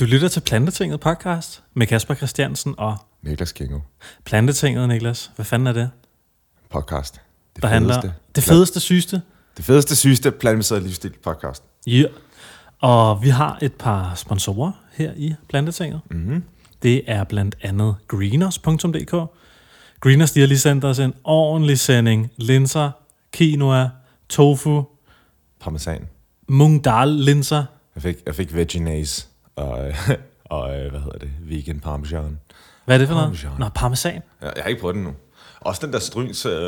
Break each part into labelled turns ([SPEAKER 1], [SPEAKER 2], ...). [SPEAKER 1] Du lytter til Plantetinget podcast med Kasper Christiansen og
[SPEAKER 2] Niklas Kingo.
[SPEAKER 1] Plantetinget, Niklas. Hvad fanden er det?
[SPEAKER 2] Podcast. Det
[SPEAKER 1] Der handler det fedeste, sygeste.
[SPEAKER 2] Det fedeste, sygeste, plantebaserede livsstil podcast.
[SPEAKER 1] Ja. Yeah. Og vi har et par sponsorer her i Plantetinget. Mm-hmm. Det er blandt andet greeners.dk. Greeners, de har lige sendt os en ordentlig sending. Linser, quinoa, tofu,
[SPEAKER 2] Parmesan.
[SPEAKER 1] mung dal linser.
[SPEAKER 2] Jeg fik, jeg fik veggies og, øh, og øh, hvad hedder det? Vegan parmesan.
[SPEAKER 1] Hvad er det for noget?
[SPEAKER 2] Parmesan.
[SPEAKER 1] Nå, parmesan.
[SPEAKER 2] Jeg, jeg har ikke prøvet den nu. Også den der stryns, øh,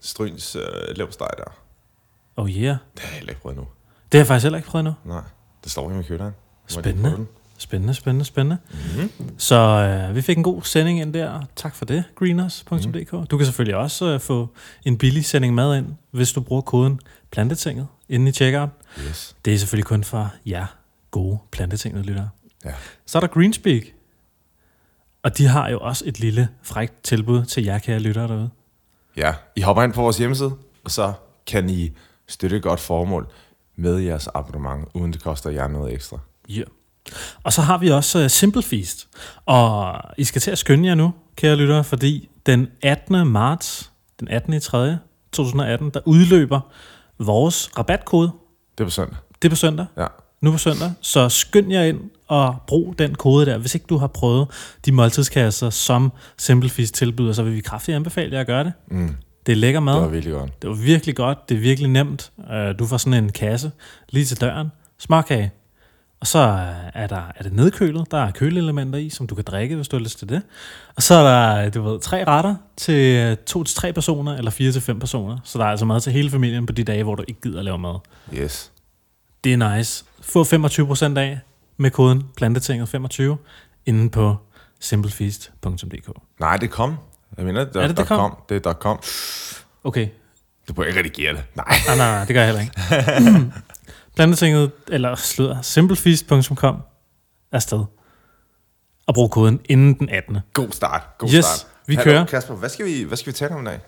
[SPEAKER 2] stryns øh, leverpostej der.
[SPEAKER 1] Oh yeah.
[SPEAKER 2] Det har jeg heller ikke prøvet nu.
[SPEAKER 1] Det har jeg faktisk heller ikke prøvet endnu.
[SPEAKER 2] Nej, det står ikke med køleren. Må jeg lige prøve
[SPEAKER 1] Spændende.
[SPEAKER 2] den?
[SPEAKER 1] Spændende, spændende, spændende. Mm-hmm. Så øh, vi fik en god sending ind der. Tak for det, greeners.dk. Mm. Du kan selvfølgelig også øh, få en billig sending mad ind, hvis du bruger koden plantetinget inde i checkout.
[SPEAKER 2] Yes.
[SPEAKER 1] Det er selvfølgelig kun for jer gode plantetinget lyttere.
[SPEAKER 2] Ja.
[SPEAKER 1] Så er der Greenspeak. Og de har jo også et lille frækt tilbud til jer kære lyttere derude.
[SPEAKER 2] Ja, I hopper ind på vores hjemmeside, og så kan I støtte et godt formål med jeres abonnement, uden det koster jer noget ekstra.
[SPEAKER 1] Ja. Yeah. Og så har vi også uh, Simple Feast. Og I skal til at skynde jer nu, kære lyttere, fordi den 18. marts, den 18. i 3. 2018, der udløber vores rabatkode.
[SPEAKER 2] Det er på søndag.
[SPEAKER 1] Det er på søndag.
[SPEAKER 2] Ja.
[SPEAKER 1] Nu på søndag. Så skynd jer ind og brug den kode der. Hvis ikke du har prøvet de måltidskasser, som Simple Feast tilbyder, så vil vi kraftigt anbefale jer at gøre det.
[SPEAKER 2] Mm,
[SPEAKER 1] Det er lækker mad.
[SPEAKER 2] det var virkelig godt.
[SPEAKER 1] Det var virkelig godt, det er virkelig nemt. Øh, Du får sådan en kasse lige til døren, småkage. Og så øh, er, der, er det nedkølet, der er køleelementer i, som du kan drikke, hvis du har lyst til det. Og så er der, du ved, tre retter til øh, to til tre personer, eller fire til fem personer. Så der er altså mad til hele familien på de dage, hvor du ikke gider at lave mad.
[SPEAKER 2] Yes.
[SPEAKER 1] Det er nice. Få 25% af med koden plantetinget25 inde på simplefeast.dk.
[SPEAKER 2] Nej, det kom. Jeg mener, der,
[SPEAKER 1] Er det,
[SPEAKER 2] der
[SPEAKER 1] det kom?
[SPEAKER 2] kom? Det er der kom.
[SPEAKER 1] Okay,
[SPEAKER 2] Du burde ikke redigere det. Nej.
[SPEAKER 1] Nej, nej, nej, det gør jeg heller ikke. Plantetinget, eller sludder, simplefeast.com er sted. Og brug koden inden den 18.
[SPEAKER 2] God start. God
[SPEAKER 1] Yes,
[SPEAKER 2] start.
[SPEAKER 1] vi kører.
[SPEAKER 2] Kasper, hvad skal vi, hvad skal vi tale om i dag?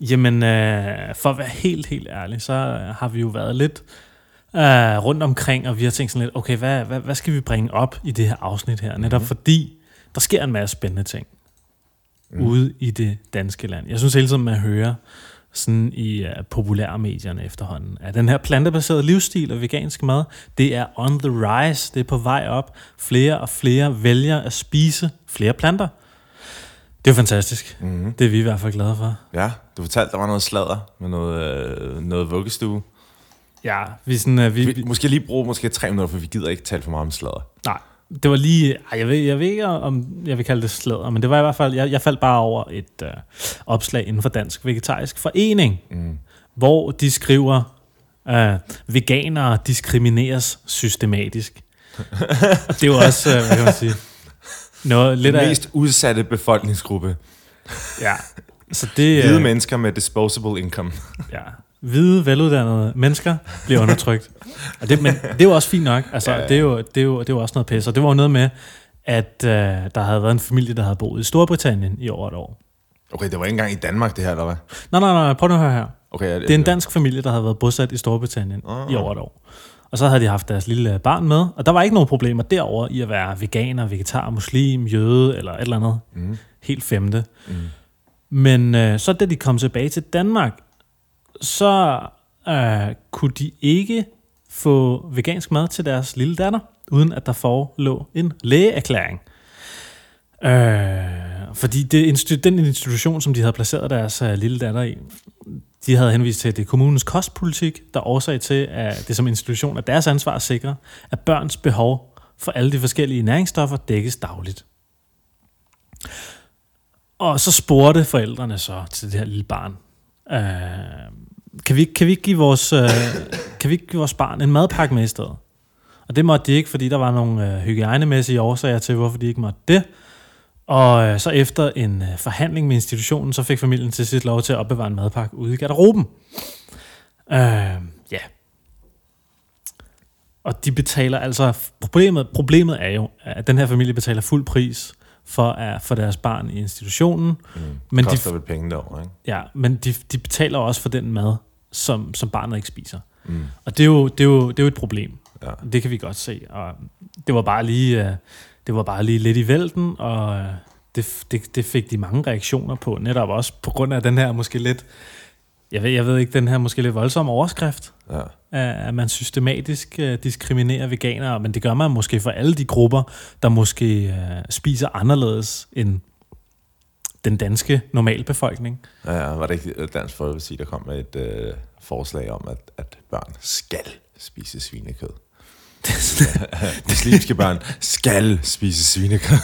[SPEAKER 1] Jamen, øh, for at være helt, helt ærlig, så øh, har vi jo været lidt øh, rundt omkring, og vi har tænkt sådan lidt, okay, hvad, hvad, hvad skal vi bringe op i det her afsnit her? Netop mm-hmm. fordi, der sker en masse spændende ting mm. ude i det danske land. Jeg synes hele tiden, man hører sådan i uh, populære medierne efterhånden, at den her plantebaserede livsstil og vegansk mad, det er on the rise, det er på vej op. Flere og flere vælger at spise flere planter. Det er jo fantastisk. Mm-hmm. Det er vi i hvert fald glade for.
[SPEAKER 2] Ja, du fortalte, der var noget sladder med noget, øh, noget vuggestue.
[SPEAKER 1] Ja, vi er sådan, øh, vi,
[SPEAKER 2] Vi,
[SPEAKER 1] vi,
[SPEAKER 2] måske lige bruge måske tre minutter, for vi gider ikke tale for meget om sladder.
[SPEAKER 1] nej, det var lige, ej, jeg ved, jeg ved ikke, om jeg vil kalde det sladder, men det var i hvert fald, jeg, jeg faldt bare over et øh, opslag inden for Dansk Vegetarisk Forening, mm. hvor de skriver, øh, veganere diskrimineres systematisk. Og det var også, øh, hvad kan man sige, noget lidt
[SPEAKER 2] Den
[SPEAKER 1] af,
[SPEAKER 2] mest udsatte befolkningsgruppe.
[SPEAKER 1] ja, så det,
[SPEAKER 2] Hvide
[SPEAKER 1] øh,
[SPEAKER 2] mennesker med disposable income.
[SPEAKER 1] ja, hvide, veluddannede mennesker bliver undertrykt. og det, men det er jo også fint nok. Altså, ja, ja. Det, er jo, det, er jo, det er jo også noget pisse. Og det var jo noget med, at øh, der havde været en familie, der havde boet i Storbritannien i over et år.
[SPEAKER 2] Okay, det var ikke engang i Danmark, det her, eller hvad?
[SPEAKER 1] Nej, nej, nej, prøv nu at høre her.
[SPEAKER 2] Okay,
[SPEAKER 1] Det er en dansk familie, der havde været bosat i Storbritannien uh-huh. i over et år. Og så havde de haft deres lille barn med, og der var ikke nogen problemer derover i at være veganer, vegetar, muslim, jøde eller et eller andet. Mm. Helt femte. Mm. Men øh, så da de kom tilbage til Danmark, så øh, kunne de ikke få vegansk mad til deres lille datter, uden at der forelå en lægeerklæring. Øh, fordi det, insti- den institution, som de havde placeret deres øh, lille datter i, de havde henvist til, at det er kommunens kostpolitik, der er årsag til, at det som institution er deres ansvar at sikre, at børns behov for alle de forskellige næringsstoffer dækkes dagligt. Og så spurgte forældrene så til det her lille barn, øh, kan, vi, ikke- kan, vi ikke give vores, øh, kan vi ikke give vores barn en madpakke med i stedet? Og det måtte de ikke, fordi der var nogle øh, hygiejnemæssige årsager til, hvorfor de ikke måtte det. Og øh, så efter en øh, forhandling med institutionen, så fik familien til sidst lov til at opbevare en madpakke ude i garderoben. Øh, ja. Og de betaler altså... Problemet, problemet er jo, at den her familie betaler fuld pris for, at, for deres barn i institutionen. Mm, men,
[SPEAKER 2] Det
[SPEAKER 1] de,
[SPEAKER 2] koster vel penge derovre, ikke?
[SPEAKER 1] ja, men de, de betaler også for den mad, som, som barnet ikke spiser. Mm. Og det er, jo, det, er jo, det er jo et problem.
[SPEAKER 2] Ja.
[SPEAKER 1] Det kan vi godt se. Og Det var bare lige, øh, det var bare lige lidt i vælten, og øh, det, det, det fik de mange reaktioner på, netop også på grund af den her måske lidt, jeg ved, jeg ved ikke, den her måske lidt voldsomme overskrift,
[SPEAKER 2] Ja.
[SPEAKER 1] øh, at man systematisk øh, diskriminerer veganere, men det gør man måske for alle de grupper, der måske øh, spiser anderledes end den danske normalbefolkning.
[SPEAKER 2] Ja, ja, var det ikke øh, Dansk Folkeparti, der kom med et øh, forslag om, at, at børn skal spise svinekød? Muslimske børn skal spise svinekød.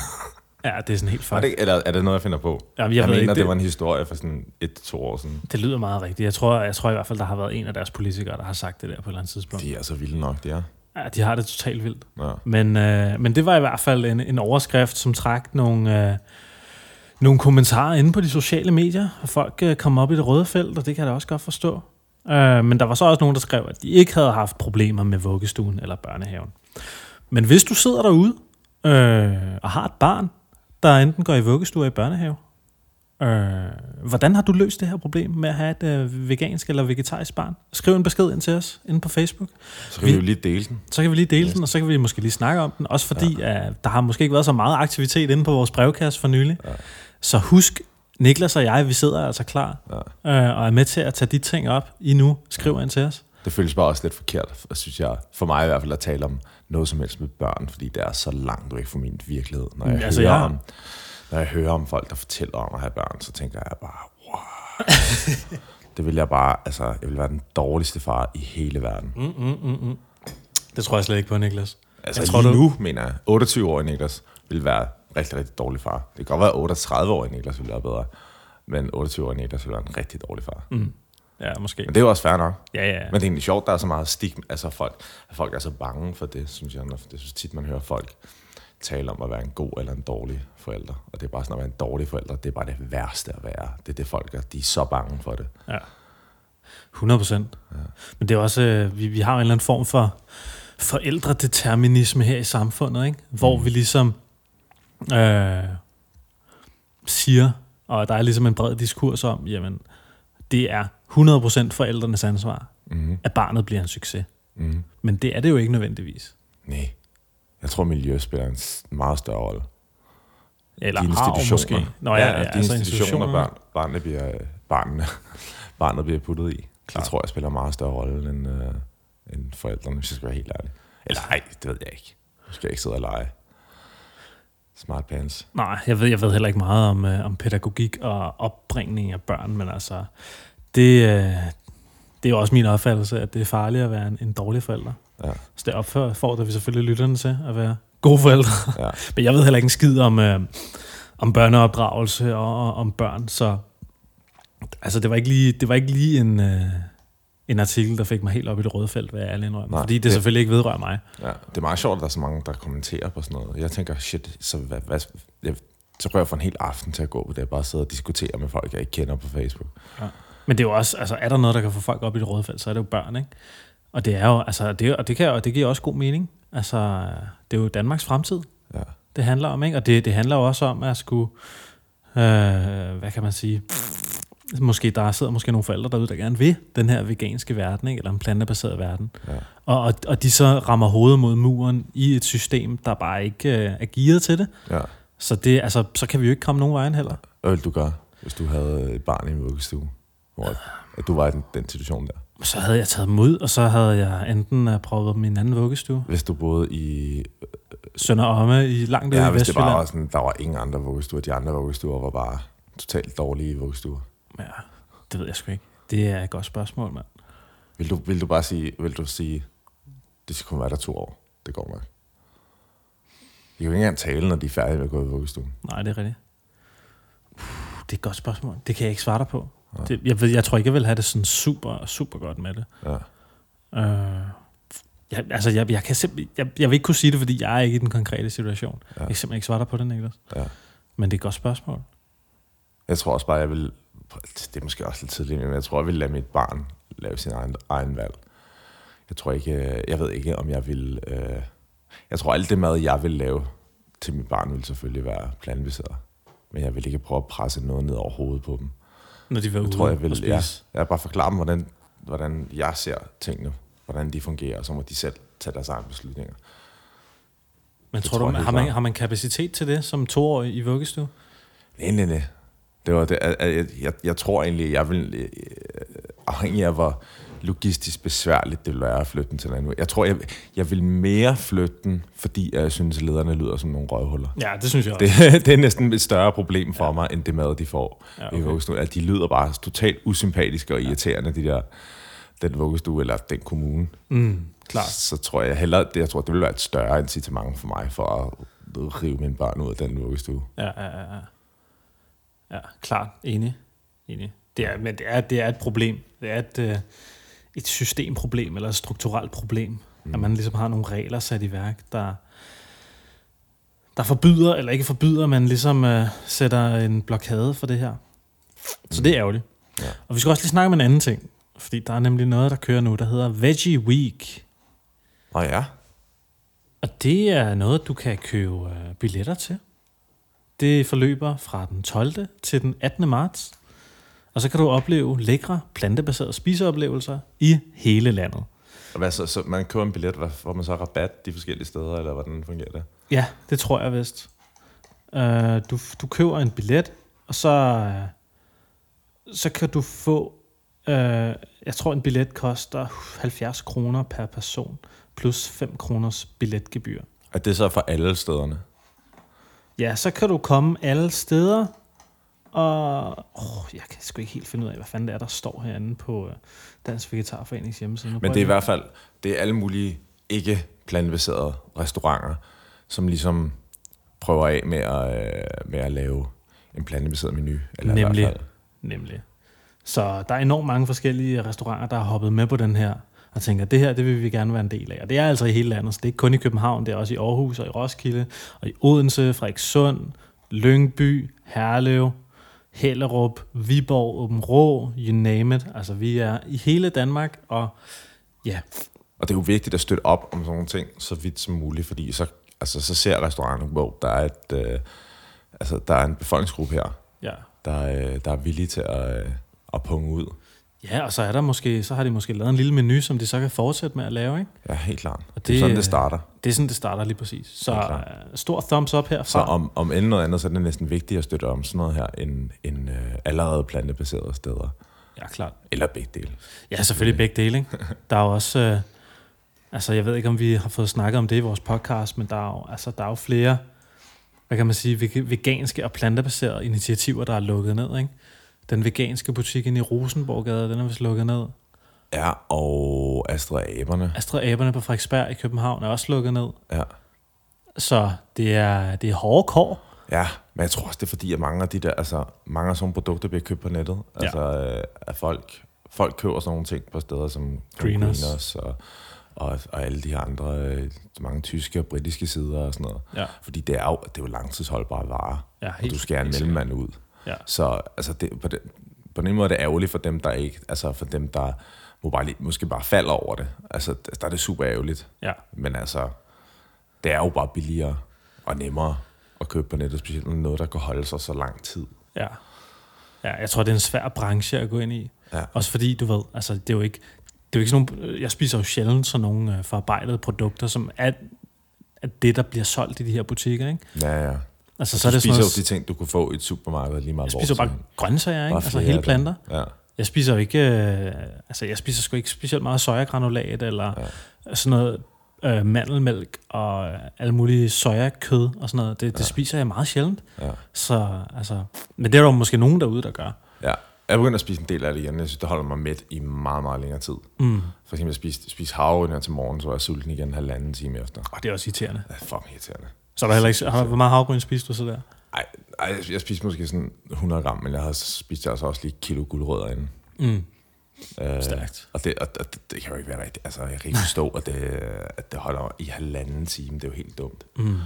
[SPEAKER 1] Ja, det er sådan helt
[SPEAKER 2] Var
[SPEAKER 1] fucked.
[SPEAKER 2] det, ikke- eller er det noget, jeg finder på?
[SPEAKER 1] Jamen, jeg ved
[SPEAKER 2] mener,
[SPEAKER 1] ikke,
[SPEAKER 2] det...
[SPEAKER 1] det-
[SPEAKER 2] det var en historie for sådan et to år siden.
[SPEAKER 1] Det lyder meget rigtigt. Jeg tror, jeg tror i hvert fald, der har været en af deres politikere, der har sagt det der på et eller andet tidspunkt.
[SPEAKER 2] De er så vilde nok, de er.
[SPEAKER 1] Ja, de har det totalt vildt.
[SPEAKER 2] Ja.
[SPEAKER 1] Men, øh, men det var i hvert fald en, en overskrift, som trak nogle, øh, nogle kommentarer inde på de sociale medier, og folk øh, kom op i det røde felt, og det kan jeg da også godt forstå. Øh, men der var så også nogen, der skrev, at de ikke havde haft problemer med vuggestuen eller børnehaven. Men hvis du sidder derude øh, og har et barn, der enten går i vuggestue eller i børnehave, øh, hvordan har du løst det her problem med at have et øh, vegansk eller vegetarisk barn? Skriv en besked ind til os inde på Facebook
[SPEAKER 2] Så kan vi...
[SPEAKER 1] Vi-
[SPEAKER 2] vi jo lige dele den.
[SPEAKER 1] så kan vi lige dele yes. den, og så kan vi måske lige snakke om den. Også fordi, ja. uh, der har måske ikke været så meget aktivitet inde på vores brevkasse for nylig. Ja. Så husk, Niklas og jeg, vi sidder altså klar ja. uh, og er med til at tage de ting op. I nu skriver ind til os.
[SPEAKER 2] Det føles bare også lidt forkert, og synes jeg, for mig i hvert fald, at tale om noget som helst med børn, fordi det er så langt væk fra min virkelighed. Når jeg,
[SPEAKER 1] Altså,
[SPEAKER 2] altså, hører,
[SPEAKER 1] jeg-
[SPEAKER 2] jeg... Om, når jeg hører om folk, der fortæller om at have børn, så tænker jeg bare, wow. det vil jeg bare, altså, jeg vil være den dårligste far i hele verden. Mm,
[SPEAKER 1] Det tror jeg slet ikke på, Niklas.
[SPEAKER 2] altså,
[SPEAKER 1] jeg
[SPEAKER 2] jeg
[SPEAKER 1] tror,
[SPEAKER 2] lige
[SPEAKER 1] du-
[SPEAKER 2] nu, mener jeg, 28-årig Niklas vil være rigtig, rigtig dårlig far. Det kan godt være, at 38-årig Niklas vil være bedre, men 28-årig Niklas vil være en rigtig dårlig far. Mm.
[SPEAKER 1] Ja, måske.
[SPEAKER 2] Men det er jo også fair nok.
[SPEAKER 1] Ja, ja.
[SPEAKER 2] Men det er egentlig sjovt, der er så meget stigma, altså folk, at folk er så bange for det, synes jeg. Det synes tit, man hører folk tale om at være en god eller en dårlig forælder. Og det er bare sådan at være en dårlig forælder, det er bare det værste at være. Det er det folk er, de er så bange for det.
[SPEAKER 1] Ja. 100 procent. Ja. Men det er også, øh, vi, vi har jo en eller anden form for forældredeterminisme her i samfundet, ikke? hvor mm. vi ligesom øh, siger, og der er ligesom en bred diskurs om, jamen, det er 100% forældrenes ansvar, mm. at barnet bliver en succes.
[SPEAKER 2] Mm.
[SPEAKER 1] Men det er det jo ikke nødvendigvis.
[SPEAKER 2] Nej. Jeg tror, miljø spiller en s- meget større rolle.
[SPEAKER 1] Eller
[SPEAKER 2] De
[SPEAKER 1] har jo måske. Nå ja, ja, ja
[SPEAKER 2] de altså institutioner, børn, barnene bliver, øh, barnene, barnet bliver puttet i. Klar. Det tror jeg spiller en meget større rolle end, øh, end forældrene, hvis jeg skal være helt ærlig. Eller nej, det ved jeg ikke. Nu skal jeg ikke sidde og lege. Smart pants.
[SPEAKER 1] Nej, jeg ved, jeg ved heller ikke meget om, øh, om pædagogik og opbringning af børn, men altså, det, øh, det er jo også min opfattelse, at det er farligt at være en, en dårlig forælder.
[SPEAKER 2] Ja.
[SPEAKER 1] Så det opfordrer vi selvfølgelig lytterne til at være gode forældre.
[SPEAKER 2] Ja.
[SPEAKER 1] Men jeg ved heller ikke en skid om, øh, om børneopdragelse og, og om børn, så altså, det, var ikke lige, det var ikke lige en, øh, en artikel, der fik mig helt op i det røde felt, hvad jeg ærlig indrømmer,
[SPEAKER 2] Nej,
[SPEAKER 1] fordi det, det
[SPEAKER 2] det-
[SPEAKER 1] selvfølgelig ikke vedrører mig.
[SPEAKER 2] ja. Det er meget sjovt, at der er så mange, der kommenterer på sådan noget. Jeg tænker, shit, så, hvad, hvad, jeg, så prøver jeg for en hel aften til at gå på det. Bare sidde og diskutere med folk, jeg ikke kender på Facebook.
[SPEAKER 1] Men det er jo også, altså er der noget, der kan få folk op i det røde felt, så er det jo børn, ikke? Og det er jo, altså, det, og det, kan, og det giver også god mening. Altså, det er jo Danmarks fremtid,
[SPEAKER 2] Ja.
[SPEAKER 1] det handler om, ikke? Og det, det handler jo også om at skulle, øh, hvad kan man sige, måske der sidder måske nogle forældre derude, der gerne vil den her veganske verden, ikke? eller en plantebaseret verden.
[SPEAKER 2] Ja.
[SPEAKER 1] Og, og, og de så rammer hovedet mod muren i et system, der bare ikke øh, er gearet til det.
[SPEAKER 2] ja.
[SPEAKER 1] Så, det, altså, så kan vi jo ikke komme nogen vejen heller.
[SPEAKER 2] Hvad ville du gøre, hvis du havde et barn i en vuggestue? Hvor at, at du var i den, den situation der.
[SPEAKER 1] Så havde jeg taget dem ud, og så havde jeg enten øh, prøvet dem i en anden vuggestue,
[SPEAKER 2] Hvis du boede i...
[SPEAKER 1] Sønder Omme i langt ude
[SPEAKER 2] Ja,
[SPEAKER 1] i
[SPEAKER 2] hvis det
[SPEAKER 1] Vestjylland.
[SPEAKER 2] bare var sådan, der var ingen andre vuggestuer. De andre vuggestuer var bare totalt dårlige vuggestuer.
[SPEAKER 1] Ja, det ved jeg sgu ikke. Det er et godt spørgsmål, mand.
[SPEAKER 2] Vil du, vil du bare sige, vil du sige, det skal kun være der to år. Det går nok. De kan jo ikke engang tale, når de er færdige med at gå i vuggestuen.
[SPEAKER 1] Nej, det er rigtigt. Uh, det er et godt spørgsmål. Det kan jeg ikke svare dig på. Det, jeg, ved, jeg tror ikke, jeg vil have det sådan super, super godt med det.
[SPEAKER 2] Ja.
[SPEAKER 1] Øh, jeg, altså, jeg, jeg, kan simpel, jeg, jeg vil ikke kunne sige det, fordi jeg er ikke i den konkrete situation. Ja. Jeg kan simpelthen ikke svare dig på det, Niklas.
[SPEAKER 2] Ja.
[SPEAKER 1] Men det er et godt spørgsmål.
[SPEAKER 2] Jeg tror også bare, jeg vil... Det er måske også lidt tidligt, men jeg tror, jeg vil lade mit barn lave sin egen, egen valg. Jeg tror ikke... øh, Jeg ved ikke, om jeg vil... Øh, jeg tror, alt det mad, jeg vil lave til mit barn, vil selvfølgelig være plantebaseret. Men jeg vil ikke prøve at presse noget ned over hovedet på dem.
[SPEAKER 1] Når de var ude
[SPEAKER 2] Jeg tror, jeg
[SPEAKER 1] og
[SPEAKER 2] vil
[SPEAKER 1] spise.
[SPEAKER 2] ja, jeg bare forklare dem, hvordan, hvordan jeg ser tingene, hvordan de fungerer, og så må de selv tage deres egne beslutninger.
[SPEAKER 1] Men
[SPEAKER 2] Det
[SPEAKER 1] tror,
[SPEAKER 2] tror
[SPEAKER 1] tror
[SPEAKER 2] jeg
[SPEAKER 1] du,
[SPEAKER 2] helt
[SPEAKER 1] har man,
[SPEAKER 2] klart.
[SPEAKER 1] har man kapacitet til det som toårig i vuggestue?
[SPEAKER 2] Nej, nej, nej. Det var det. Al- al- Jeg, jeg, jeg tror egentlig, jeg vil øh, afhængig af, hvor logistisk besværligt det ville være at flytte den til en anden uge. Jeg tror, jeg, jeg vil mere flytte den, fordi jeg synes, at lederne lyder som nogle røvhuller.
[SPEAKER 1] Ja, det synes jeg også.
[SPEAKER 2] Det,
[SPEAKER 1] Det.
[SPEAKER 2] det er næsten et større problem for ja. mig, end det mad, de får
[SPEAKER 1] Ja,
[SPEAKER 2] ja,
[SPEAKER 1] okay.
[SPEAKER 2] okay. i vuggestuen. Altså, de lyder bare totalt usympatiske og irriterende, de der, den vuggestue eller den kommune.
[SPEAKER 1] Mm, klart.
[SPEAKER 2] Så tror jeg hellere, det, jeg tror, det ville være et større incitament for mig for at rive mine børn ud af den vuggestue.
[SPEAKER 1] Ja, ja, ja, ja. ja klart. Enig. Enig. Det er, men det er, det er et problem. Det er et, øh, et systemproblem eller et strukturelt problem, mm. at man ligesom har nogle regler sat i værk, der, der forbyder, eller ikke forbyder, men ligesom øh, sætter en blokade for det her. Så det er ærgerligt.
[SPEAKER 2] Mm. Ja.
[SPEAKER 1] Og vi skal også lige snakke om en anden ting, fordi der er nemlig noget, der kører nu, der hedder Veggie Week.
[SPEAKER 2] Nå ja.
[SPEAKER 1] Og det er noget, du kan købe øh, billetter til. Det forløber fra den 12. til den 18. marts. Og så kan du opleve lækre, plantebaserede spiseoplevelser i hele landet.
[SPEAKER 2] Og Hvad så, så man køber en billet, hvad, får man så rabat de forskellige steder, eller hvordan fungerer det?
[SPEAKER 1] Ja, det tror jeg vist. Øh, du, du køber en billet, og så, øh, så kan du få... Øh, jeg tror, en billet koster 70 kroner per person, plus 5 kroners billetgebyr.
[SPEAKER 2] Og det er så for alle stederne.
[SPEAKER 1] Ja, så kan du komme alle steder, og oh, jeg kan sgu ikke helt finde ud af, hvad fanden det er, der står herinde på øh, Dansk Vegetarforenings hjemmeside. Nu
[SPEAKER 2] Men
[SPEAKER 1] prøver
[SPEAKER 2] det er i
[SPEAKER 1] jeg
[SPEAKER 2] hvert fald, det er alle mulige ikke plantebaserede restauranter, som ligesom prøver af med at, øh, med at lave en plantebaseret menu. Eller I
[SPEAKER 1] Nemlig.
[SPEAKER 2] hvert fald,
[SPEAKER 1] Nemlig. Så der er enormt mange forskellige restauranter, der har hoppet med på den her, og tænker, det her, det vil vi gerne være en del af. Og det er altså i hele landet, så det er ikke kun i København, det er også i Aarhus og i Roskilde, og i Odense, Frederikssund, Lyngby, Herlev, Hellerup, Viborg, Åben Rå, you name it. Altså vi er i hele Danmark, og ja,
[SPEAKER 2] og det er jo vigtigt at støtte op om sådan nogle ting så vidt som muligt, fordi så, altså, så ser restauranten, hvor der er, et, øh, altså, der er en befolkningsgruppe her,
[SPEAKER 1] ja,
[SPEAKER 2] der, øh, der er villige til at, øh, at punge ud.
[SPEAKER 1] Ja, og så er der måske, så har de måske lavet en lille menu, som de så kan fortsætte med at lave, ikke?
[SPEAKER 2] Ja, helt klart.
[SPEAKER 1] Og
[SPEAKER 2] Det, det er sådan,
[SPEAKER 1] det
[SPEAKER 2] det starter.
[SPEAKER 1] Det er sådan, det starter lige præcis. Så
[SPEAKER 2] Ja,
[SPEAKER 1] ja,
[SPEAKER 2] klar.
[SPEAKER 1] stor thumbs up herfra.
[SPEAKER 2] Så om, om end noget andet, så er det næsten vigtigt at støtte om sådan noget her, end, end øh, allerede plantebaserede steder.
[SPEAKER 1] Ja, klart.
[SPEAKER 2] Eller begge dele.
[SPEAKER 1] Ja, selvfølgelig begge dele, ikke? Der er jo også... Øh, altså, jeg ved ikke, om vi har fået snakket om det i vores podcast, men der er jo, altså, der er jo flere, hvad kan man sige, vege- veganske og plantebaserede initiativer, der er lukket ned, ikke? Den veganske butik inde i Rosenborggade, den er vist lukket ned.
[SPEAKER 2] Ja, og Astra Aberne.
[SPEAKER 1] Astra Aberne på Frederiksberg i København er også lukket ned.
[SPEAKER 2] Ja.
[SPEAKER 1] Så det er, det er hårde kår.
[SPEAKER 2] ja, men jeg tror også, det er fordi, at mange af de der, altså, mange af sådan nogle produkter bliver købt på nettet. Altså, øh, at folk, folk køber sådan nogle ting på steder som
[SPEAKER 1] Greeners.
[SPEAKER 2] Greeners og, og, og alle de her andre, øh, mange tyske og britiske sider og sådan noget.
[SPEAKER 1] Ja.
[SPEAKER 2] Fordi det er jo, det er jo langtidsholdbare varer,
[SPEAKER 1] Ja,
[SPEAKER 2] og
[SPEAKER 1] helt-
[SPEAKER 2] du skærer en
[SPEAKER 1] helt
[SPEAKER 2] mellemmand ud.
[SPEAKER 1] Ja.
[SPEAKER 2] Så altså det, på, den, på den ene måde er det ærgerligt for dem, der ikke, altså for dem, der må bare lige, måske bare falder over det. Altså, d- der er det super ærgerligt.
[SPEAKER 1] Ja,
[SPEAKER 2] Men altså, det er jo bare billigere og nemmere at købe på nettet, specielt med noget, der kan holde sig så lang tid.
[SPEAKER 1] ja. Ja, jeg tror, det er en svær branche at gå ind i.
[SPEAKER 2] Ja.
[SPEAKER 1] Også fordi, du ved, altså, det er jo ikke, det er jo ikke sådan nogle, jeg spiser jo sjældent sådan nogle øh, forarbejdede produkter, som er, er det, der bliver solgt i de her butikker, ikke?
[SPEAKER 2] Ja, ja.
[SPEAKER 1] Altså, så
[SPEAKER 2] Så
[SPEAKER 1] er
[SPEAKER 2] du
[SPEAKER 1] det
[SPEAKER 2] spiser
[SPEAKER 1] sådan
[SPEAKER 2] jo de
[SPEAKER 1] noget,
[SPEAKER 2] ting, du kunne få i et supermarked lige meget
[SPEAKER 1] jeg
[SPEAKER 2] hvor
[SPEAKER 1] spiser jo bare
[SPEAKER 2] som-
[SPEAKER 1] grøntsager, ikke?
[SPEAKER 2] bare
[SPEAKER 1] Altså
[SPEAKER 2] flere
[SPEAKER 1] hele
[SPEAKER 2] af dem.
[SPEAKER 1] planter.
[SPEAKER 2] Ja.
[SPEAKER 1] Jeg spiser jo ikke, øh, altså jeg spiser sgu ikke specielt meget sojagranulat, eller ja. sådan noget øh, mandelmælk, og øh, alle mulige sojakød og sådan noget. Det, ja. det spiser jeg meget sjældent.
[SPEAKER 2] Ja.
[SPEAKER 1] Så, altså, men det er der jo måske nogen derude, der gør.
[SPEAKER 2] ja. Jeg begynder at spise en del af det igen. Jeg synes, det holder mig mæt i meget, meget længere tid. Mm. For eksempel, jeg spiste, spiste havre her til morgen, så var jeg sulten igen halvanden time efter.
[SPEAKER 1] Og det er også irriterende.
[SPEAKER 2] Det er fucking irriterende.
[SPEAKER 1] Så er der heller ikke, har, hvor meget havregryn spiste du så der?
[SPEAKER 2] Ej, ej, jeg- jeg spiste måske sådan 100 gram, men jeg havde spist altså også lige et kilo guldrødder inden.
[SPEAKER 1] Mm.
[SPEAKER 2] Øh,
[SPEAKER 1] Stærkt.
[SPEAKER 2] Og, det, og, og det, det kan jo ikke være rigtigt. Altså, jeg kan ikke forstå, at det, at det holder i halvanden time. Det er jo helt dumt.
[SPEAKER 1] Mm.